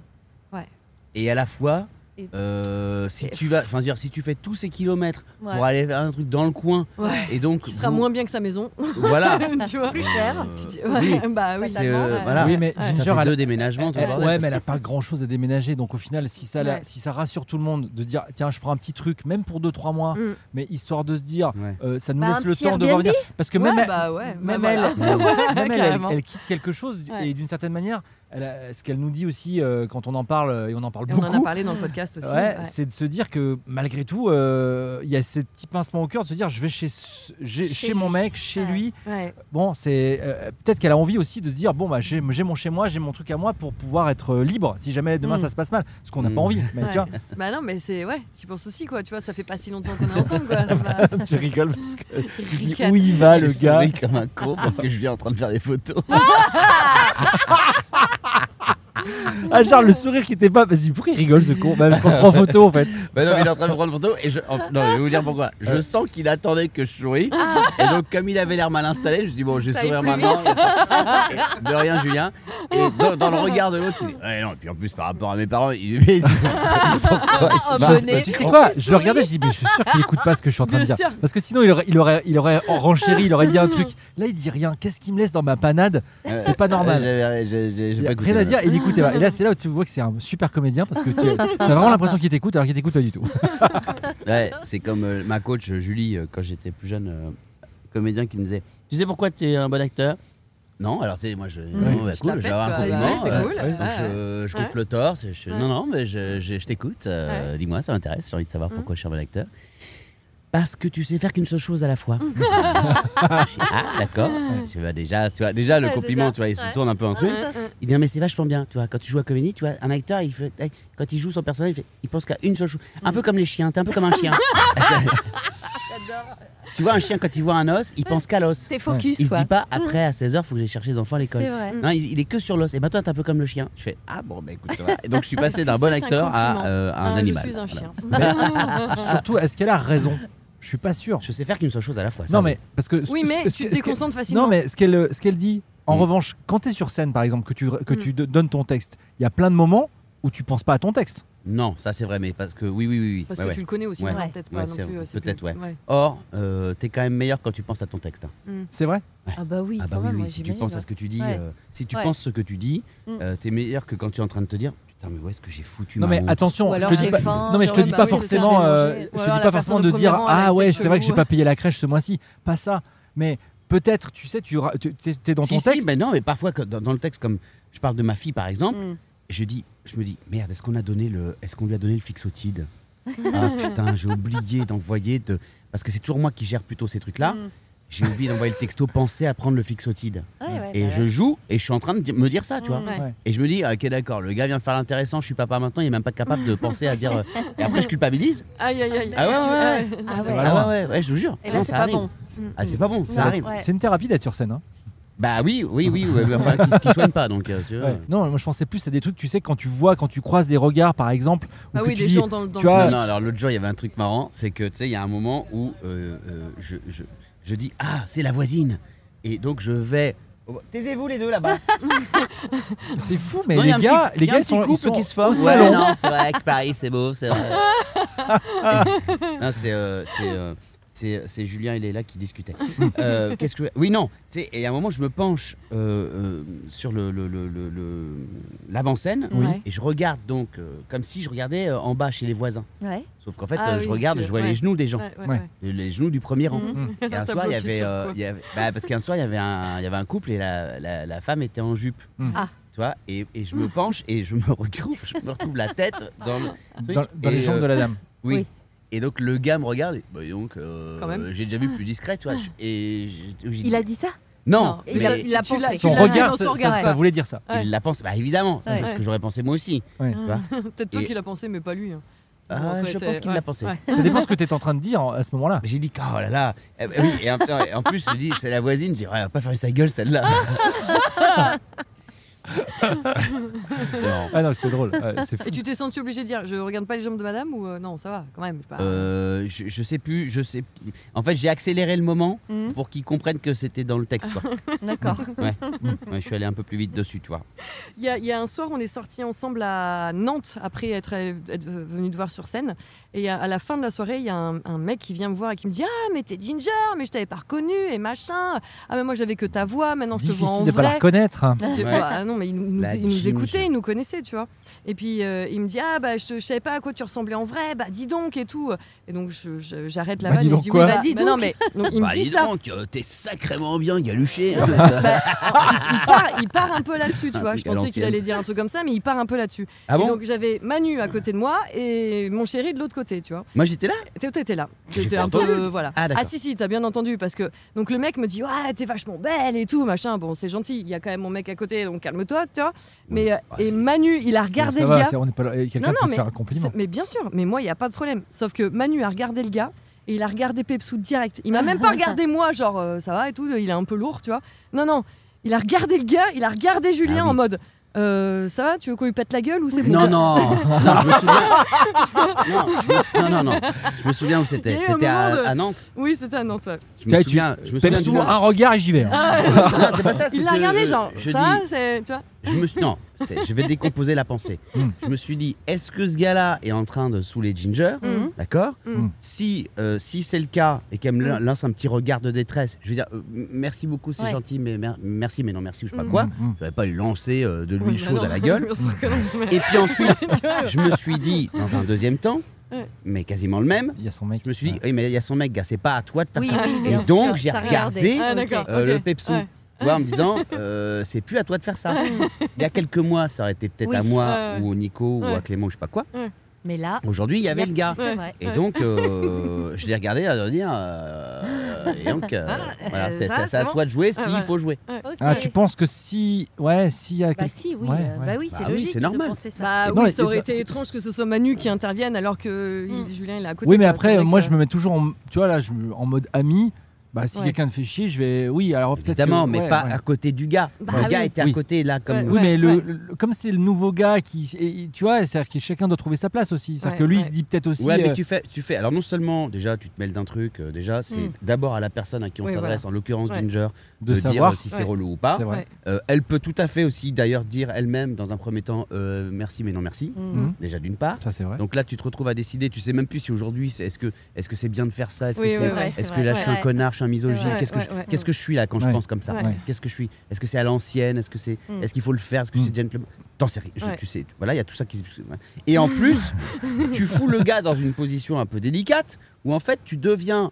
S2: Et à la fois,
S3: Et-
S2: euh, si
S3: Et-
S2: tu vas, enfin, je veux dire, si tu fais tous ces kilomètres
S3: Ouais.
S2: pour aller faire un truc dans le coin,
S4: Ouais.
S2: et donc
S4: Qui sera
S2: vous- Bah.
S4: moins bien que sa maison.
S2: *laughs* voilà,
S4: *laughs* tu vois
S3: Plus cher.
S2: Euh,
S4: Tu dis-
S2: oui,
S4: ouais, Bah oui.
S2: c'est, euh,
S3: ouais.
S2: voilà.
S1: oui, mais
S4: Ouais.
S2: Ça
S1: Ginger,
S2: fait
S1: elle,
S2: deux déménagements, tout le
S1: elle-
S2: bordel.
S1: ouais, mais elle a pas grand chose à déménager. Donc au final, si ça, la-
S4: Ouais.
S1: si ça rassure tout le monde de dire tiens, je prends un petit truc, même pour 2-3 mois,
S4: Mm.
S1: mais histoire de se dire
S2: Ouais.
S1: euh, ça nous
S3: Bah,
S1: laisse
S3: un
S1: le
S3: petit
S1: temps de
S3: Airbnb.
S1: revenir. Parce que même,
S4: Ouais,
S1: elle-
S4: bah *laughs* ouais, bah
S1: même *laughs*
S4: voilà.
S1: elle, même elle, elle-
S4: carrément.
S1: elle quitte quelque chose du-
S4: Ouais.
S1: et d'une certaine manière, elle a- ce qu'elle nous dit aussi euh, quand on en parle euh, et on en parle
S4: Et on
S1: beaucoup.
S4: en a parlé dans le podcast aussi.
S1: Ouais,
S4: ouais.
S1: c'est de se dire que malgré tout, euh, il y a ce petit pincement au cœur de se dire je vais chez, ce- j'ai-
S3: Chez
S1: chez mon
S3: lui.
S1: mec, chez
S3: Ouais.
S1: lui.
S4: Ouais.
S1: Bon, c'est euh, peut-être qu'elle a envie aussi de se dire bon bah j'ai j'ai mon chez moi, j'ai mon truc à moi pour pouvoir être euh, libre si jamais demain
S4: Mm.
S1: ça se passe mal, ce qu'on n'a
S2: Mm.
S1: pas envie. Mais tu vois,
S4: Bah non, mais c'est ouais, tu penses aussi quoi, tu vois, ça fait pas si longtemps qu'on est ensemble quoi. Bah,
S1: *laughs* tu rigoles parce que tu dis
S4: Ricane.
S1: où il va le
S2: J'ai
S1: gars.
S2: souri comme un con parce que je viens en train de faire des photos.
S1: Ah genre le sourire qui était pas parce que pourquoi il rigole ce con bah, Parce qu'on le prend photo en fait.
S2: *laughs* Bah non, mais il est en train de prendre une photo et je. en- Non, je vais vous dire pourquoi. Je
S1: Ouais.
S2: sens qu'il attendait que je souris. Et donc, comme il avait l'air mal installé, je dis bon, je vais
S4: Ah. Ça aille
S2: sourire
S4: plus
S2: maintenant. de rien, Julien. Et dans, dans le regard de l'autre, il dit ouais, non, et puis en plus, par rapport à mes parents, il *laughs* dit pourquoi il se
S3: Oh,
S2: marre
S3: venez.
S1: Bah, Tu
S2: ça
S1: sais
S4: *laughs*
S1: quoi Je le regardais, je dis mais je suis sûr qu'il écoute pas ce que je suis en train de
S4: Bien
S1: dire.
S4: sûr.
S1: Parce que sinon il aurait, il aurait, il aurait renchéri, il aurait
S4: *laughs*
S1: dit un truc. Là il dit rien. Qu'est-ce qu'il me laisse dans ma panade
S2: Ouais.
S1: C'est pas normal.
S2: J'avais- Euh, j'ai- j'ai- j'ai
S1: Il
S2: pas
S1: a
S2: écouté,
S1: rien à dire,
S2: voilà.
S1: il écoutait pas. Et là, c'est là où tu vois que c'est un super comédien parce que tu as
S4: *laughs*
S1: vraiment l'impression qu'il t'écoute alors qu'il t'écoute pas du tout.
S2: *laughs* Ouais, c'est comme euh, ma coach euh, Julie, euh, quand j'étais plus jeune, euh, comédien qui me disait Tu sais pourquoi tu es un bon acteur Non, alors tu sais, moi je. oh, bah,
S4: Je
S2: cool, je vais
S4: t'appelle,
S2: avoir un
S4: quoi. Ouais,
S2: compliment.
S4: c'est
S2: euh,
S4: cool.
S2: donc
S4: Ouais,
S2: je, je coupe
S4: Ouais.
S2: le torse. et je-
S4: Ouais.
S2: Non, non, mais je, je- je t'écoute. euh, Dis-moi, ça m'intéresse. J'ai envie de
S3: Mmh.
S2: savoir pourquoi je suis un bon acteur. Parce que tu sais faire qu'une seule chose à la fois.
S3: Mmh.
S2: *laughs* Je dis, ah, d'accord. Je dis, bah, déjà, tu vois, déjà, le
S3: Ouais,
S2: compliment,
S3: déjà.
S2: tu vois, il se
S3: Ouais.
S2: tourne un peu en truc. Il dit, non, mais c'est vachement bien, tu vois. Quand tu joues à comédie, tu vois, un acteur, il fait, quand il joue son personnage, il, fait- il pense qu'à une seule chose. Un
S3: Mmh.
S2: peu comme les chiens, t'es un peu comme un
S3: *laughs*
S2: chien. *laughs* tu vois, un chien, quand il voit un os, il pense qu'à l'os.
S3: T'es focus,
S2: Il se
S3: quoi.
S2: dit pas,
S4: Mm.
S2: après, à 16h, faut que j'aille chercher les enfants à l'école.
S3: C'est vrai.
S2: Non, il, il est que sur l'os. Et bah, toi, t'es un peu comme le chien. Je fais, ah bon, bah écoute, voilà. Et donc,
S4: *laughs*
S2: je suis passé d'un
S4: Parce
S2: bon
S4: que c'est un
S2: acteur à,
S4: compliment.
S2: euh, à un
S4: Ah,
S2: animal.
S4: Je suis un
S2: Voilà.
S4: chien.
S1: Surtout, est-ce qu'elle a raison Je suis pas sûr.
S2: Je sais faire qu'une seule chose à la fois. ça,
S1: Non, mais parce que.
S4: Oui,
S1: ce-
S4: mais
S1: ce- ce-
S4: tu te
S1: ce-
S4: déconcentres facilement.
S1: Non, mais ce qu'elle ce qu'elle dit, en
S2: Mm.
S1: revanche, quand tu es sur scène, par exemple, que tu, que
S4: Mm.
S1: tu do- donnes ton texte, il y a plein de moments où tu penses pas à ton texte.
S2: Non, ça, c'est vrai, mais parce que, oui, oui, oui. oui.
S4: Parce
S2: Ouais,
S4: que
S2: ouais.
S4: tu le connais aussi,
S2: Ouais.
S4: hein, peut-être pas
S2: Ouais,
S4: non
S2: c'est-
S4: plus. euh, c'est
S2: peut-être,
S4: plus-
S2: ouais. Or, euh, t'es quand même meilleur quand tu penses à ton texte. hein.
S1: C'est vrai
S3: Ah bah oui,
S2: Ah bah
S3: quand
S2: oui,
S3: même,
S2: oui,
S3: ouais,
S2: si tu
S3: j'imagine,
S2: penses à
S3: ouais.
S2: ce que tu dis,
S3: Ouais.
S2: euh, si tu
S3: Ouais.
S2: penses ce que tu dis,
S4: Mm.
S2: euh, t'es meilleur que quand tu es en train de te dire putain mais où est-ce que j'ai foutu
S1: Non,
S2: ma
S1: mais
S2: honte
S1: attention,
S3: Ou alors
S1: je te dis
S3: j'ai
S1: pas,
S3: faim,
S1: non, mais je
S3: genre,
S1: te
S3: ouais,
S1: dis
S3: bah
S1: pas
S3: oui, c'est ça,
S1: forcément,
S4: je vais
S1: euh,
S4: manger. Ou
S1: je te
S4: alors
S1: dis
S4: la
S1: pas
S4: personne
S1: forcément
S4: au
S1: de
S4: premier
S1: dire
S4: rang, elle a
S1: ah
S4: une
S1: ouais,
S4: tête
S1: c'est vrai que j'ai
S4: chelou.
S1: pas payé la crèche ce mois-ci. Pas ça, mais peut-être, tu sais, tu ra- tu- t'es t'es dans
S2: Si,
S1: ton
S2: si,
S1: texte.
S2: mais non, mais parfois que dans, dans le texte, comme je parle de ma fille par exemple,
S4: Mm.
S2: je dis, je me dis merde, est-ce qu'on a donné le, est-ce qu'on lui a donné le fixotide
S3: *laughs*
S2: Ah putain, j'ai oublié d'envoyer de, parce que c'est toujours moi qui gère plutôt ces trucs-là.
S4: Mm.
S2: J'ai oublié d'envoyer le texto, pensez à prendre le fixotide.
S3: Ouais, ouais, Mm.
S2: Et
S3: bah
S2: je joue et je suis en train de di- me dire ça, tu vois.
S4: Ouais.
S2: Et je me dis, ah, ok, d'accord, le gars vient de faire l'intéressant, je suis papa maintenant, il est même pas capable de penser à dire. euh, Et après, je
S3: *laughs*
S2: culpabilise.
S4: Aïe, aïe, aïe.
S2: Ah ouais, ouais, ouais.
S3: ouais. Ah
S1: Ça
S3: ouais.
S1: va
S2: Ah
S1: loin.
S2: ouais, ouais, ouais, je vous jure.
S3: Et
S2: Non,
S3: là, c'est
S2: ça
S3: pas
S2: arrive.
S3: bon. Mm.
S2: Ah, c'est pas bon, ça
S3: Non.
S2: arrive.
S3: Ouais.
S1: C'est une thérapie d'être sur scène. hein.
S2: Bah oui, oui, oui, ouais, mais enfin, qu'ils qu'ils soignent pas, donc. euh, si tu veux.
S1: Ouais. Non, moi je pensais plus à des trucs, tu sais, quand tu vois, quand tu croises des regards, par exemple. ou
S4: Ah
S1: que
S4: oui,
S1: tu
S4: des
S1: dis-
S4: gens dans le. dans
S1: tu
S4: le-
S1: vois,
S2: Non, non, alors l'autre jour, il y avait un truc marrant, c'est que, tu sais, il y a un moment où euh, euh, je, je, je dis, ah, c'est la voisine. Et donc, je vais. Oh, Taisez-vous les deux là-bas.
S1: C'est fou, mais
S2: Non, il y
S1: les
S2: a un
S1: gars,
S2: petit-
S1: les
S2: il y a un
S1: gars ils
S2: petit
S1: sont, ils
S2: couple
S1: sont
S2: qui se forme.
S1: au
S2: Ouais,
S1: salon.
S2: non, c'est vrai que Paris, c'est beau, c'est *laughs* vrai. non, c'est. euh, c'est, euh, c'est- c'est Julien, il est là qui discutait. Euh, Qu'est-ce que oui non, tu sais, et à un moment je me penche euh, euh, sur le le- le- le- le- l'avant-scène
S4: Oui. Ouais.
S2: et je regarde donc euh, comme si je regardais euh, en bas chez les voisins.
S3: Ouais.
S2: Sauf qu'en fait
S4: Ah
S2: euh, je
S4: oui,
S2: regarde,
S4: tu-
S2: je vois
S4: ouais.
S2: les genoux des gens,
S4: Ouais, ouais,
S1: Ouais.
S4: ouais.
S2: les genoux du premier rang.
S4: Mhm.
S2: Et un
S4: T'as
S2: soir, il y
S4: bloqué
S2: avait.
S4: sur
S2: euh,
S4: quoi
S2: il y avait- bah, parce qu'un soir, il y avait un, il y avait un couple et la, la, la femme était en jupe.
S1: Mm.
S3: Ah.
S2: Tu vois et, et je me penche et je me retrouve, je me retrouve la tête dans le. truc.
S1: Dans, dans les
S2: Et,
S1: jambes
S2: euh,
S1: de la dame.
S2: Oui.
S3: Oui.
S2: Et donc le gars me regarde et bah, dis donc, euh,
S4: Quand même.
S2: j'ai déjà vu plus discret, tu vois. je- Et j'ai- j'ai-
S3: Ah. Il a dit ça
S2: Non,
S3: il
S2: mais
S3: a- il a
S4: tu
S3: pensé.
S4: l'as- tu
S1: Son
S4: l'as mis
S1: regard,
S4: dans
S1: ça,
S4: son regard,
S1: ça-
S4: ouais.
S1: ça voulait dire ça.
S4: Ouais.
S2: il la pense. Bah évidemment, c'est
S3: Ouais.
S2: ce que j'aurais pensé moi aussi.
S1: Ouais.
S2: tu vois.
S4: *laughs* Peut-être toi
S2: Et-
S4: qui l'as pensé, mais pas lui. hein.
S2: Ah,
S4: Bon, après,
S2: je
S4: c'est-
S2: pense qu'il
S4: ouais.
S2: l'a pensé.
S4: Ouais.
S1: Ça dépend ce que tu es en train de dire en- à ce moment-là.
S2: J'ai dit, oh là là. Eh ben oui,
S4: *laughs*
S2: Et en, et en plus, je dis, c'est la voisine. Je dis, ouais, elle va pas faire sa gueule celle-là. Non.
S1: Ah non, c'était drôle. Ouais, c'est fou.
S4: Et tu t'es senti obligé de dire je regarde pas les jambes de madame ou euh, non, ça va quand même. pas-
S2: Euh, je, je sais plus, je sais plus. En fait, j'ai accéléré le moment
S4: Hmm.
S3: Mhm.
S2: pour qu'ils comprennent que c'était dans le texte.
S4: *laughs*
S2: quoi.
S3: D'accord.
S2: Ouais. Ouais, je suis allé un peu plus vite dessus, tu vois.
S4: Il y, a, il y a un soir, on est sortis ensemble à Nantes après être, être venu te voir sur scène. Et à, à la fin de la soirée, il y a un, un mec qui vient me voir et qui me dit Ah, mais t'es Ginger, mais je t'avais pas reconnu et machin. Ah, mais moi j'avais que ta voix, maintenant je te vois en
S1: Difficile de pas la
S4: vrai.
S1: reconnaître.
S4: Je-
S2: Ouais.
S4: bah, non, mais il nous,
S2: La
S4: il nous
S2: Ginger.
S4: écoutait, il nous connaissait, tu vois. Et puis euh, il me dit Ah, bah je, te- je savais pas à quoi tu ressemblais en vrai, bah dis donc et tout. Et donc je- je- j'arrête la
S1: Bah,
S4: vanne
S1: dis
S4: et je
S1: donc
S4: dis
S1: quoi
S4: oui, bah,
S3: Bah, dis
S4: bah, non,
S3: donc.
S4: mais donc, il
S2: bah,
S4: me dit
S2: dis
S4: ça.
S2: donc, euh, t'es sacrément bien
S4: *laughs*
S2: galuché. hein, ça.
S4: Il part, il part un peu là-dessus, tu
S2: Un
S4: vois. Je
S2: truc à
S4: pensais qu'il
S2: l'ancienne.
S4: allait dire un truc comme ça, mais il part un peu là-dessus.
S2: Ah
S4: Et
S2: bon
S4: donc j'avais Manu à côté de moi et mon chéri de l'autre côté, tu vois.
S2: Moi, j'étais là.
S4: T'é- T'étais là.
S2: J'ai
S4: T'étais
S2: pas
S4: un peu.
S2: entendu.
S4: euh, voilà.
S2: Ah, d'accord.
S4: si, si, t'as bien entendu. Parce que. Donc le mec me dit Ouais, t'es vachement belle et tout, machin. Bon, c'est gentil. Il y a quand même mon mec à côté, donc calme-toi, tu vois. Mais, euh,
S2: Ouais,
S4: et Manu, il a regardé
S1: ça
S4: le
S1: va,
S4: gars.
S1: c'est- on n'est pas là- et Quelqu'un
S4: Non, non,
S1: peut te
S4: mais
S1: faire un compliment.
S4: C'est- Mais bien sûr, mais moi, il n'y a pas de problème. Sauf que Manu a regardé le gars et il a regardé Pepsou direct. Il m'a même
S1: *laughs*
S4: pas regardé moi, genre euh, ça va et tout, il est un peu lourd, tu vois. Non, non, il a regardé le gars, il a regardé Julien
S2: Ah oui.
S4: en mode euh, ça va, tu veux qu'on lui pète la gueule ou c'est bon
S2: Non,
S4: *laughs*
S2: non, non, je me souviens. Non, je me sou- non, non, non. Je me souviens où
S4: Il
S2: c'était.
S4: y a eu un
S2: C'était à,
S4: moment de-
S2: à Nantes.
S4: Oui, c'était un Nantes. ouais.
S2: Je me
S1: Tiens, tu-
S2: souviens. Je me souviens
S1: Pepsou,
S2: du
S1: un regard et j'y vais. hein.
S4: Ah.
S2: Non, c'est pas
S4: *laughs*
S2: ça. c'est
S4: Il l'a
S2: que
S4: regardé,
S2: je-
S4: genre
S2: je
S4: ça,
S2: dis-
S4: c'est. Tu vois
S2: je me suis- non, c'est- je vais décomposer la *laughs* pensée.
S1: Mm.
S2: Je me suis dit, est-ce que ce gars-là est en train de saouler Ginger
S4: Mhm.
S2: D'accord
S4: Mm.
S2: Si, euh, si c'est le cas et qu'elle me
S4: Mm.
S2: lance un petit regard de détresse, je vais dire, euh, m- merci beaucoup, c'est
S3: Ouais.
S2: gentil, mais mer- merci, mais non merci, ou je sais pas
S4: Mm.
S2: quoi.
S1: Mm.
S2: Je vais pas lui lancer euh, de
S4: Oui,
S2: l'huile
S4: bah
S2: chaude
S4: non.
S2: à la
S4: *laughs*
S2: gueule.
S4: Bien sûr que non, mais-
S2: Et puis
S4: *laughs*
S2: ensuite, je me suis dit, dans un deuxième temps,
S4: Ouais.
S2: mais quasiment le même,
S1: Il y a son mec.
S2: je me suis dit, oui, mais il y a son mec, gars, c'est pas à toi de faire
S3: Oui,
S2: ça.
S3: oui,
S2: et
S3: bien
S2: donc,
S3: sûr,
S2: j'ai
S3: t'as
S2: regardé,
S4: Ah,
S3: Ok.
S4: d'accord.
S2: euh, le
S4: ok.
S2: Pepsou.
S4: Ouais.
S2: tu vois, en me disant, euh, c'est plus à toi de faire
S4: *laughs*
S2: ça. Il y a quelques mois, ça aurait été peut-être
S3: Oui.
S2: à moi,
S4: Ouais.
S2: ou au Nico, ou
S4: Ouais.
S2: à Clément, ou je sais pas quoi.
S3: Mais là,
S2: Aujourd'hui, il y avait le gars.
S3: C'est vrai.
S2: Et donc,
S4: *laughs*
S2: euh, je l'ai regardé à leur dire. euh, et donc, euh,
S4: Ah,
S2: voilà,
S4: euh,
S2: c'est
S4: ça,
S2: c'est- c'est
S4: c'est
S2: à
S4: bon.
S2: toi de jouer
S4: Ah,
S2: s'il
S4: voilà.
S2: faut jouer.
S1: Ah, tu penses que si. Ouais, s'il y a.
S3: Bah
S1: quel-
S3: si, oui,
S1: Ouais,
S3: euh,
S1: ouais.
S3: bah oui, c'est
S2: Bah oui,
S3: logique
S2: c'est
S3: de
S2: normal.
S3: penser *laughs* ça.
S4: Bah
S1: Non,
S4: oui, ça
S1: et-
S4: aurait
S1: et-
S4: été
S1: c'est-
S4: étrange que ce soit Manu qui intervienne alors que il-
S3: Mm.
S4: Julien il est à côté.
S1: Oui, mais
S4: quoi. C'est
S1: après,
S4: vrai
S1: moi,
S4: que-
S1: je me mets toujours en, tu vois, là, je, me- en mode ami. Bah, si
S4: Ouais.
S1: quelqu'un te fait chier, je vais. Oui, alors peut-être. que-
S2: Évidemment, mais
S1: ouais,
S2: pas
S1: ouais.
S2: à côté du gars.
S4: Bah
S2: le
S4: oui.
S2: gars était à
S1: Oui.
S2: côté, là, comme.
S1: Oui,
S4: Ouais,
S1: mais le,
S4: ouais.
S1: le- comme c'est le nouveau gars qui. et- et- tu vois, c'est-à-dire que chacun doit trouver sa place aussi. C'est-à-dire
S4: Ouais,
S1: que lui,
S4: ouais.
S1: il se dit peut-être aussi.
S2: Ouais, mais
S1: euh,
S2: tu fais, tu fais. Alors non seulement déjà tu te mêles d'un truc, euh, déjà c'est
S3: Mm.
S2: d'abord à la personne à qui on
S4: Hmm. Oui,
S2: s'adresse, en l'occurrence
S4: Ouais.
S2: Ginger,
S1: de,
S2: dire
S1: savoir.
S2: euh, si c'est
S4: Ouais.
S2: relou ou pas.
S1: C'est vrai.
S4: Ouais.
S2: Euh, elle peut tout à fait aussi d'ailleurs dire elle-même dans un premier temps euh, merci mais non merci,
S4: Mm.
S1: Mm.
S3: Mhm.
S2: déjà d'une part.
S1: Ça, c'est vrai.
S2: Donc là tu te retrouves à décider, tu sais même plus si aujourd'hui c'est est-ce que est-ce que c'est bien de faire ça, est-ce
S4: Oui,
S2: que
S4: oui,
S2: c'est
S4: Ouais,
S2: Est-ce que là je suis un
S3: Ouais.
S2: connard, je suis un misogyne
S4: Ouais,
S2: Qu'est-ce que je-
S4: ouais, ouais.
S2: qu'est-ce que je suis là quand je
S1: Ouais.
S2: pense comme ça
S4: Ouais.
S2: Qu'est-ce que je suis Est-ce que c'est à l'ancienne Est-ce que c'est
S3: Mm.
S2: est-ce qu'il faut le faire Est-ce que
S1: Mm.
S2: c'est gentleman T'en sais rien. Je-
S4: Ouais.
S2: Tu sais. Voilà, il y a tout ça qui se Et en
S4: *laughs*
S2: plus, tu fous le gars dans une position un peu délicate où en fait tu deviens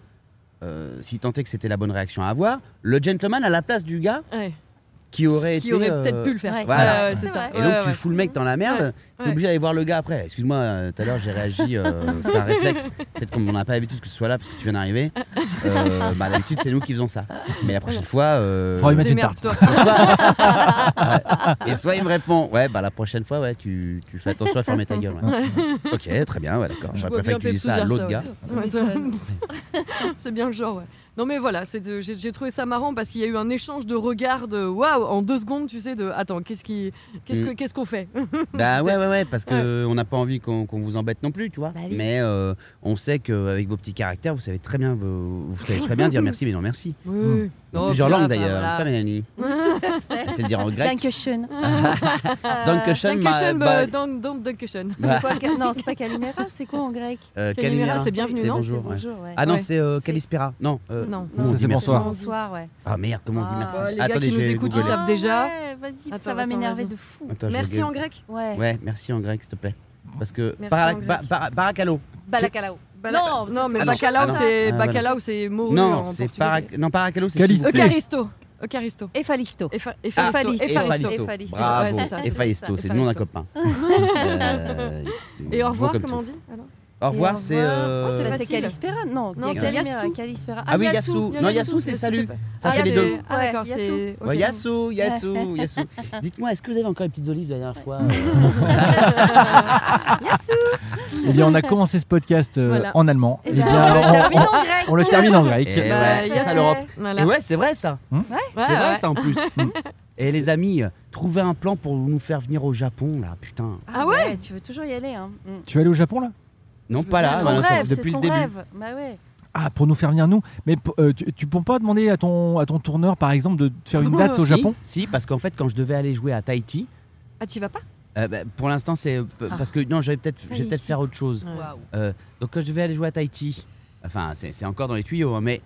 S2: euh, si tant est que c'était la bonne réaction à avoir, le gentleman à la place du gars
S4: Ouais.
S2: qui aurait
S4: Qui
S2: été,
S4: aurait
S2: euh,
S4: peut-être pu le faire.
S3: Ouais,
S2: voilà.
S4: Ouais, ouais, c'est
S3: C'est
S4: ça.
S3: vrai.
S2: Et donc
S4: Ouais,
S2: tu
S4: ouais.
S2: fous le mec dans la merde, t'es
S4: ouais.
S2: obligé d'aller voir le gars après. Excuse-moi, euh, tout à l'heure j'ai réagi,
S4: *laughs*
S2: euh, c'était un réflexe. Peut-être qu'on n'a pas l'habitude que ce soit là parce que tu viens d'arriver. Euh, bah, d'habitude c'est nous qui faisons ça. Mais la prochaine fois. euh,
S1: Faudra y mettre une tarte. *laughs*
S4: Démerde-toi.
S2: Et soit il me répond, ouais, bah la prochaine fois, ouais, tu, tu fais attention à fermer ta gueule. ouais. ok, très bien, ouais, d'accord. J'aurais
S4: vois
S2: préféré
S4: bien
S2: que tu dises
S4: Pepsi
S2: ça à
S4: dire
S2: l'autre
S4: ça,
S2: gars.
S4: ouais. c'est bien le genre, ouais. *laughs* Non mais voilà, c'est de- j'ai j'ai trouvé ça marrant parce qu'il y a eu un échange de regards de waouh en deux secondes, tu sais, de attends, qu'est-ce qui, qu'est-ce que,
S2: Mm.
S4: qu'est-ce qu'on fait
S2: Bah ouais, ouais, ouais, parce que on n'a pas envie qu'on qu'on vous embête non plus, tu vois.
S3: Bah oui.
S2: Mais euh, on sait qu'avec vos petits caractères, vous savez très bien, vous, vous savez très bien dire merci, mais non merci.
S4: Oui.
S2: Dans
S4: Non,
S2: plusieurs
S4: puis là,
S2: langues
S4: enfin,
S2: d'ailleurs,
S4: voilà.
S2: c'est pas Mélanie
S3: *laughs*
S2: C'est le dire en grec.
S3: Dankeschön.
S2: Dankeschön, ma-
S4: Dankeschön,
S2: bah,
S4: euh, dan- dan- Dankeschön.
S3: C'est quoi ca- Non, c'est pas Calimera, c'est quoi en grec
S2: euh,
S4: Calimera,
S2: Calimera.
S4: c'est bienvenue,
S2: C'est
S4: non
S2: bonjour. ouais.
S3: Bonjour, ouais.
S2: Ah non,
S4: Ouais.
S2: c'est euh,
S3: C'est-
S2: Calispera. Non. euh,
S4: Non.
S2: nous, on
S1: Non,
S2: dit
S1: c'est
S2: merci.
S1: bonsoir.
S3: Bonsoir, ouais.
S2: Ah merde, comment on dit
S3: Ah.
S2: merci
S4: Ouais, les
S2: Attendez,
S4: gars qui
S2: je
S4: nous
S2: vais
S4: écoutent, ils
S2: googler.
S4: savent déjà.
S3: Ouais, Vas-y, ça
S4: Attends,
S3: va
S4: attends,
S3: m'énerver
S4: vas-y.
S3: de fou.
S2: Attends, je
S4: Merci
S2: vais-
S4: en grec
S3: Ouais.
S2: Ouais, merci en grec, s'il te plaît. Parce que
S4: Merci
S2: para-
S4: en grec.
S2: ba- para- Baracalo.
S3: Balakalao. Non, ça,
S4: non
S3: c'est
S4: mais
S2: pas-
S4: bacalao,
S2: Ah non. Ah,
S4: c'est
S2: voilà.
S4: bacalao, c'est morue en
S2: Non, c'est
S4: portugais.
S2: para- non, Paracalo, c'est
S1: Caliste.
S2: s'il vous plaît.
S4: Eucharisto. Eucharisto.
S3: Ephalisto.
S4: Epha-
S2: Ah,
S4: Epharisto.
S3: Ephalisto.
S2: Ephalisto.
S3: Ephalisto.
S2: Bravo,
S4: Ouais, c'est ça, c'est
S2: Ephalisto,
S3: ça.
S2: c'est le nom d'un
S4: Ephalisto.
S2: copain. Euh,
S4: Et au revoir,
S2: comme
S4: comment on
S2: tout.
S4: dit alors
S2: Au revoir,
S3: Et
S2: c'est.
S3: revoir.
S2: euh,
S3: Bah,
S4: facile.
S3: C'est Calispera Non,
S4: Non, c'est
S3: c'est Calimera.
S4: Yassou.
S3: Calispera.
S2: Ah oui, Yassou. Non, Yassou, c'est salut. Ça
S4: Ah,
S2: fait les
S4: c'est-
S2: deux.
S4: Ah d'accord,
S3: Ouais,
S4: c'est.
S3: Yassou.
S2: Ouais,
S4: ok.
S2: Oh, Yassou,
S4: *laughs*
S2: Yassou, Yassou. Dites-moi, est-ce que vous avez encore les petites olives de la dernière fois euh,
S4: *laughs*
S1: Eh bien, on a commencé ce podcast euh,
S4: Voilà.
S1: en allemand.
S3: Et
S1: Eh
S3: bien,
S1: bien,
S3: ben, on le
S1: on-
S3: termine en
S1: on le
S3: grec.
S1: termine en grec.
S2: Eh ouais,
S4: Bah,
S2: c'est
S4: Yassou.
S2: ça l'Europe.
S4: Voilà.
S2: Et ouais, c'est vrai ça.
S4: Ouais,
S2: C'est
S4: *laughs* ouais.
S2: vrai ça en plus. Et les amis, euh, trouvez un plan pour nous faire venir au Japon, là, putain.
S4: Ah ouais
S3: Tu veux toujours y aller. Hein. Mm.
S1: Tu vas aller au Japon là
S2: Non,
S4: Je
S2: pas
S4: veux
S2: là,
S4: dire,
S3: c'est
S4: bah,
S3: son
S2: voilà, ça-
S3: rêve, c'est
S2: depuis
S3: son
S2: le début.
S3: rêve. Bah ouais.
S1: Ah, pour nous faire venir nous. Mais p- euh, tu, tu peux pas demander à ton, à ton tourneur, par exemple, de te faire une date au
S2: Si,
S1: Japon
S2: Si, parce qu'en fait, quand je devais aller jouer à Tahiti,
S4: Ah, tu vas pas
S2: euh, bah, pour l'instant, c'est. p-
S3: Ah.
S2: Parce que non, je vais peut-être je vais peut-être
S3: Tahiti.
S2: faire autre chose.
S4: Ouais.
S3: Waouh.
S2: Euh, donc quand je vais aller jouer à Tahiti, enfin c'est c'est encore dans les tuyaux, hein, mais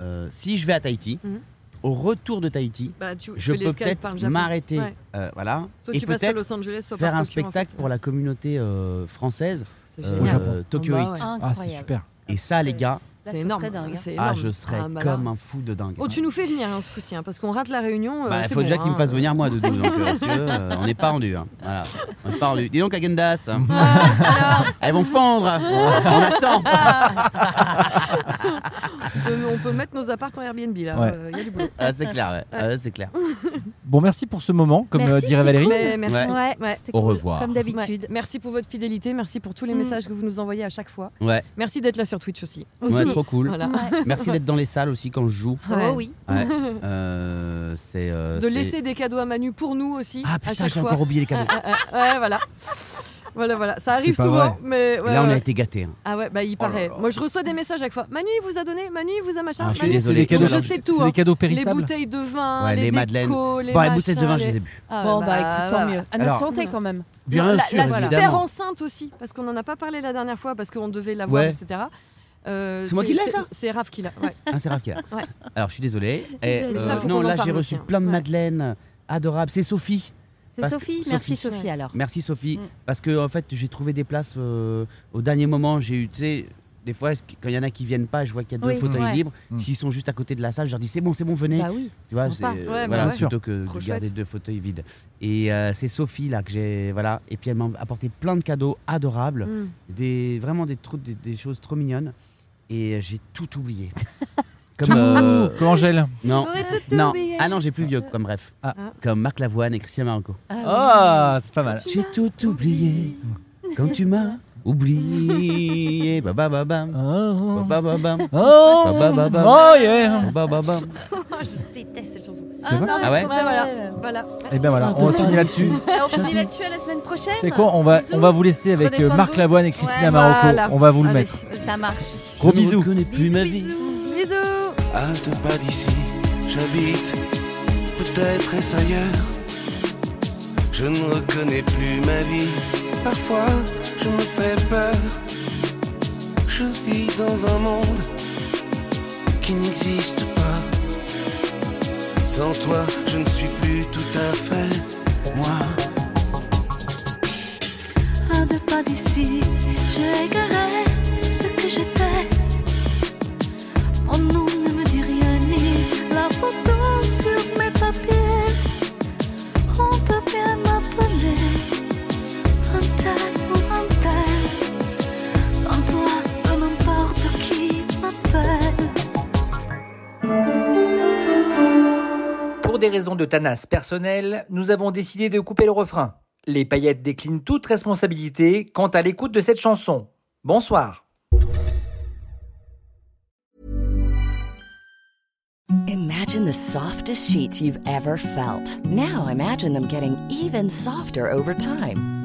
S2: euh, si je vais à Tahiti,
S4: Mhm.
S2: au retour de Tahiti,
S4: Bah, tu,
S2: je
S4: fais
S2: peux
S4: l'escale par le
S2: peut-être
S4: Japon.
S2: m'arrêter,
S4: Ouais.
S2: euh, voilà,
S4: Soit
S2: et
S4: tu passes par
S2: peut-être
S4: Los Angeles, soit
S2: faire
S4: par
S2: un
S4: Tokyo, en
S2: spectacle
S4: fait.
S2: pour la communauté euh, française
S4: C'est
S2: euh,
S4: génial.
S1: Japon.
S2: Tokyo
S4: Ah bah
S2: Heat.
S4: ouais.
S1: Ah,
S3: Incroyable.
S1: c'est super.
S2: Et ça, les gars,
S3: Là,
S4: C'est
S3: ce
S4: énorme.
S3: serait dingue. hein.
S4: C'est
S2: ah,
S4: énorme.
S2: je serais
S4: Ah, bah là.
S2: comme un fou de dingue.
S4: Oh, tu nous fais venir hein, ce coup-ci, hein, parce qu'on rate la réunion. euh,
S2: Bah,
S4: c'est
S2: faut
S4: bon,
S2: déjà qu'il
S4: hein.
S2: me fasse venir moi
S4: *laughs*
S2: de dos, donc euh, si tu veux, euh, on n'est pas rendu. hein. Voilà, on n'est pas rendu. Dis donc à
S4: *laughs*
S2: Gendas,
S4: Ah,
S2: elles vont fondre. on attend.
S4: Euh, on peut mettre nos apparts en Airbnb là.
S1: Ouais.
S4: euh, y a
S2: *laughs*
S4: du boulot.
S2: Ah, c'est clair, ouais. Ah, c'est clair.
S1: Bon, merci pour ce moment, comme
S3: Merci,
S1: euh, dirait
S3: c'était
S1: Valérie.
S4: Mais merci.
S3: Ouais,
S4: Ouais.
S3: c'était
S2: Au
S3: cool,
S2: revoir.
S3: Comme d'habitude.
S4: Ouais. Merci pour votre fidélité, merci pour tous les
S3: Mm.
S4: messages que vous nous envoyez à chaque fois.
S2: Ouais,
S4: Merci d'être là sur Twitch aussi.
S2: ouais,
S3: Aussi.
S2: trop cool. Euh,
S4: Voilà.
S3: Ouais.
S2: Merci d'être dans les salles aussi quand je joue.
S4: Ouais.
S3: Oh oui.
S4: *laughs*
S2: Ouais. Euh, c'est, euh,
S4: de
S2: c'est-
S4: laisser des cadeaux à Manu pour nous aussi
S2: Ah
S4: à
S2: putain,
S4: chaque
S2: j'ai
S4: fois.
S2: encore oublié les cadeaux.
S4: Ah, ah, *laughs* ouais, voilà. Voilà, voilà. Ça arrive
S1: pas
S4: souvent,
S1: vrai.
S4: mais. ouais,
S2: Là, on
S4: ouais.
S2: a été gâtés. hein.
S4: Ah ouais, bah il
S2: Oh là
S4: paraît.
S2: là.
S4: Moi, je reçois des messages à chaque fois. Manu, il vous a donné, Manu, il vous a machin.
S2: Ah, je suis
S4: Manu,
S2: désolé,
S4: c'est-
S2: cadeaux,
S4: Je
S2: là,
S4: sais
S1: c'est-
S4: tout.
S1: C'est
S4: hein.
S1: des cadeaux
S4: Les
S1: périssables.
S4: bouteilles de vin,
S2: Ouais,
S4: les,
S2: les madeleines.
S4: décos, les
S2: Bon, la
S4: machins,
S2: bouteille de vin,
S4: les-
S2: je les ai bu.
S4: Ah,
S3: Bon, bah écoute, tant
S4: voilà.
S3: mieux. À notre
S2: Alors-
S3: santé quand même.
S2: Bien
S4: la,
S2: sûr,
S4: la super
S2: évidemment.
S4: enceinte aussi, parce qu'on n'en a pas parlé la dernière fois, parce qu'on devait l'avoir,
S2: Ouais.
S4: etc. Euh,
S2: C'est moi qui l'ai,
S4: c'est-
S2: ça
S4: C'est Raph qui l'a.
S2: *laughs*
S4: ouais.
S2: Ah, c'est Raph qui est là.
S4: *laughs* Ouais.
S2: Alors, je suis désolé. Et, euh,
S3: Mais
S4: ça, faut
S2: non,
S4: qu'on en
S2: là,
S4: parle
S2: j'ai reçu
S4: aussi, hein.
S2: plein de
S4: Ouais.
S2: madeleines adorables. C'est Sophie.
S3: C'est
S2: Parce que-
S3: Sophie. Merci
S2: Sophie.
S3: Sophie alors.
S2: Merci Sophie.
S3: Mm.
S2: Parce que en fait, j'ai trouvé des places euh, au dernier moment. J'ai eu, tu sais, des fois, quand il y en a qui viennent pas, je vois qu'il y a deux
S3: Oui,
S2: fauteuils
S3: ouais.
S2: libres.
S1: Mm.
S2: S'ils sont juste à côté de la salle, je leur dis c'est bon, c'est bon, venez.
S3: Bah oui.
S2: Tu vois, c'est
S3: sympa.
S2: euh,
S4: Ouais, bah
S2: voilà,
S4: ouais.
S2: plutôt que
S4: Trop
S2: de garder
S4: chouette.
S2: deux fauteuils vides. Et euh, c'est Sophie là que j'ai voilà. Et puis elle m'a apporté plein de cadeaux adorables,
S4: Mm.
S2: des vraiment des, trop- des, des choses trop mignonnes. Et euh, j'ai tout
S4: *laughs*
S2: oublié. comme euh,
S1: Comme Angèle.
S2: non,
S4: J'aurais tout
S2: non.
S4: oublié.
S2: Ah non, j'ai plus vieux comme bref.
S1: Ah.
S2: Comme Marc Lavoine et Christian Marco.
S1: Ah, c'est pas mal.
S2: J'ai tout oublié quand tu m'as oublié. Ba ba ba bam. Ba
S1: Oh,
S2: ba ba bam.
S1: oh,
S2: Ba, ba, ba.
S1: oh, yeah.
S2: Ba ba bam.
S3: Je déteste cette chanson.
S1: C'est vrai
S2: Ah ouais
S4: Ouais, voilà. voilà.
S1: Et bien Eh ben, voilà,
S2: Ah,
S1: on finit là-dessus.
S3: Alors, on finit là-dessus à la semaine prochaine.
S1: C'est quoi on va,
S3: Bisous.
S1: on va vous laisser avec
S3: Prenez soin
S1: euh,
S3: de
S1: Marc
S3: vous.
S1: Lavoine et
S2: Eh ben,
S1: Christina
S3: Ouais,
S1: Marocco.
S4: voilà.
S1: On va vous le
S4: Allez,
S1: mettre.
S3: Ça marche.
S1: Gros
S2: Je ne
S1: bisous.
S2: reconnais plus
S3: Bisous,
S2: ma vie.
S3: bisous.
S4: Bisous.
S5: À deux pas d'ici, j'habite, peut-être est-ce ailleurs. Je ne reconnais plus ma vie, parfois je me fais peur. Je vis dans un monde qui n'existe pas. Sans toi, je ne suis plus tout à fait moi.
S7: À deux pas d'ici, je égarais ce que j'étais. Mon nom ne me dit rien, ni la photo sur mes papiers. On peut bien m'appeler un tel ou un tel. Sans toi, peu m'importe qui m'appelle.
S8: Pour des raisons de tanas personnelles, nous avons décidé de couper le refrain. Les paillettes déclinent toute responsabilité quant à l'écoute de cette chanson. Bonsoir.
S9: Imagine the softest sheets you've ever felt. Now imagine them getting even softer over time.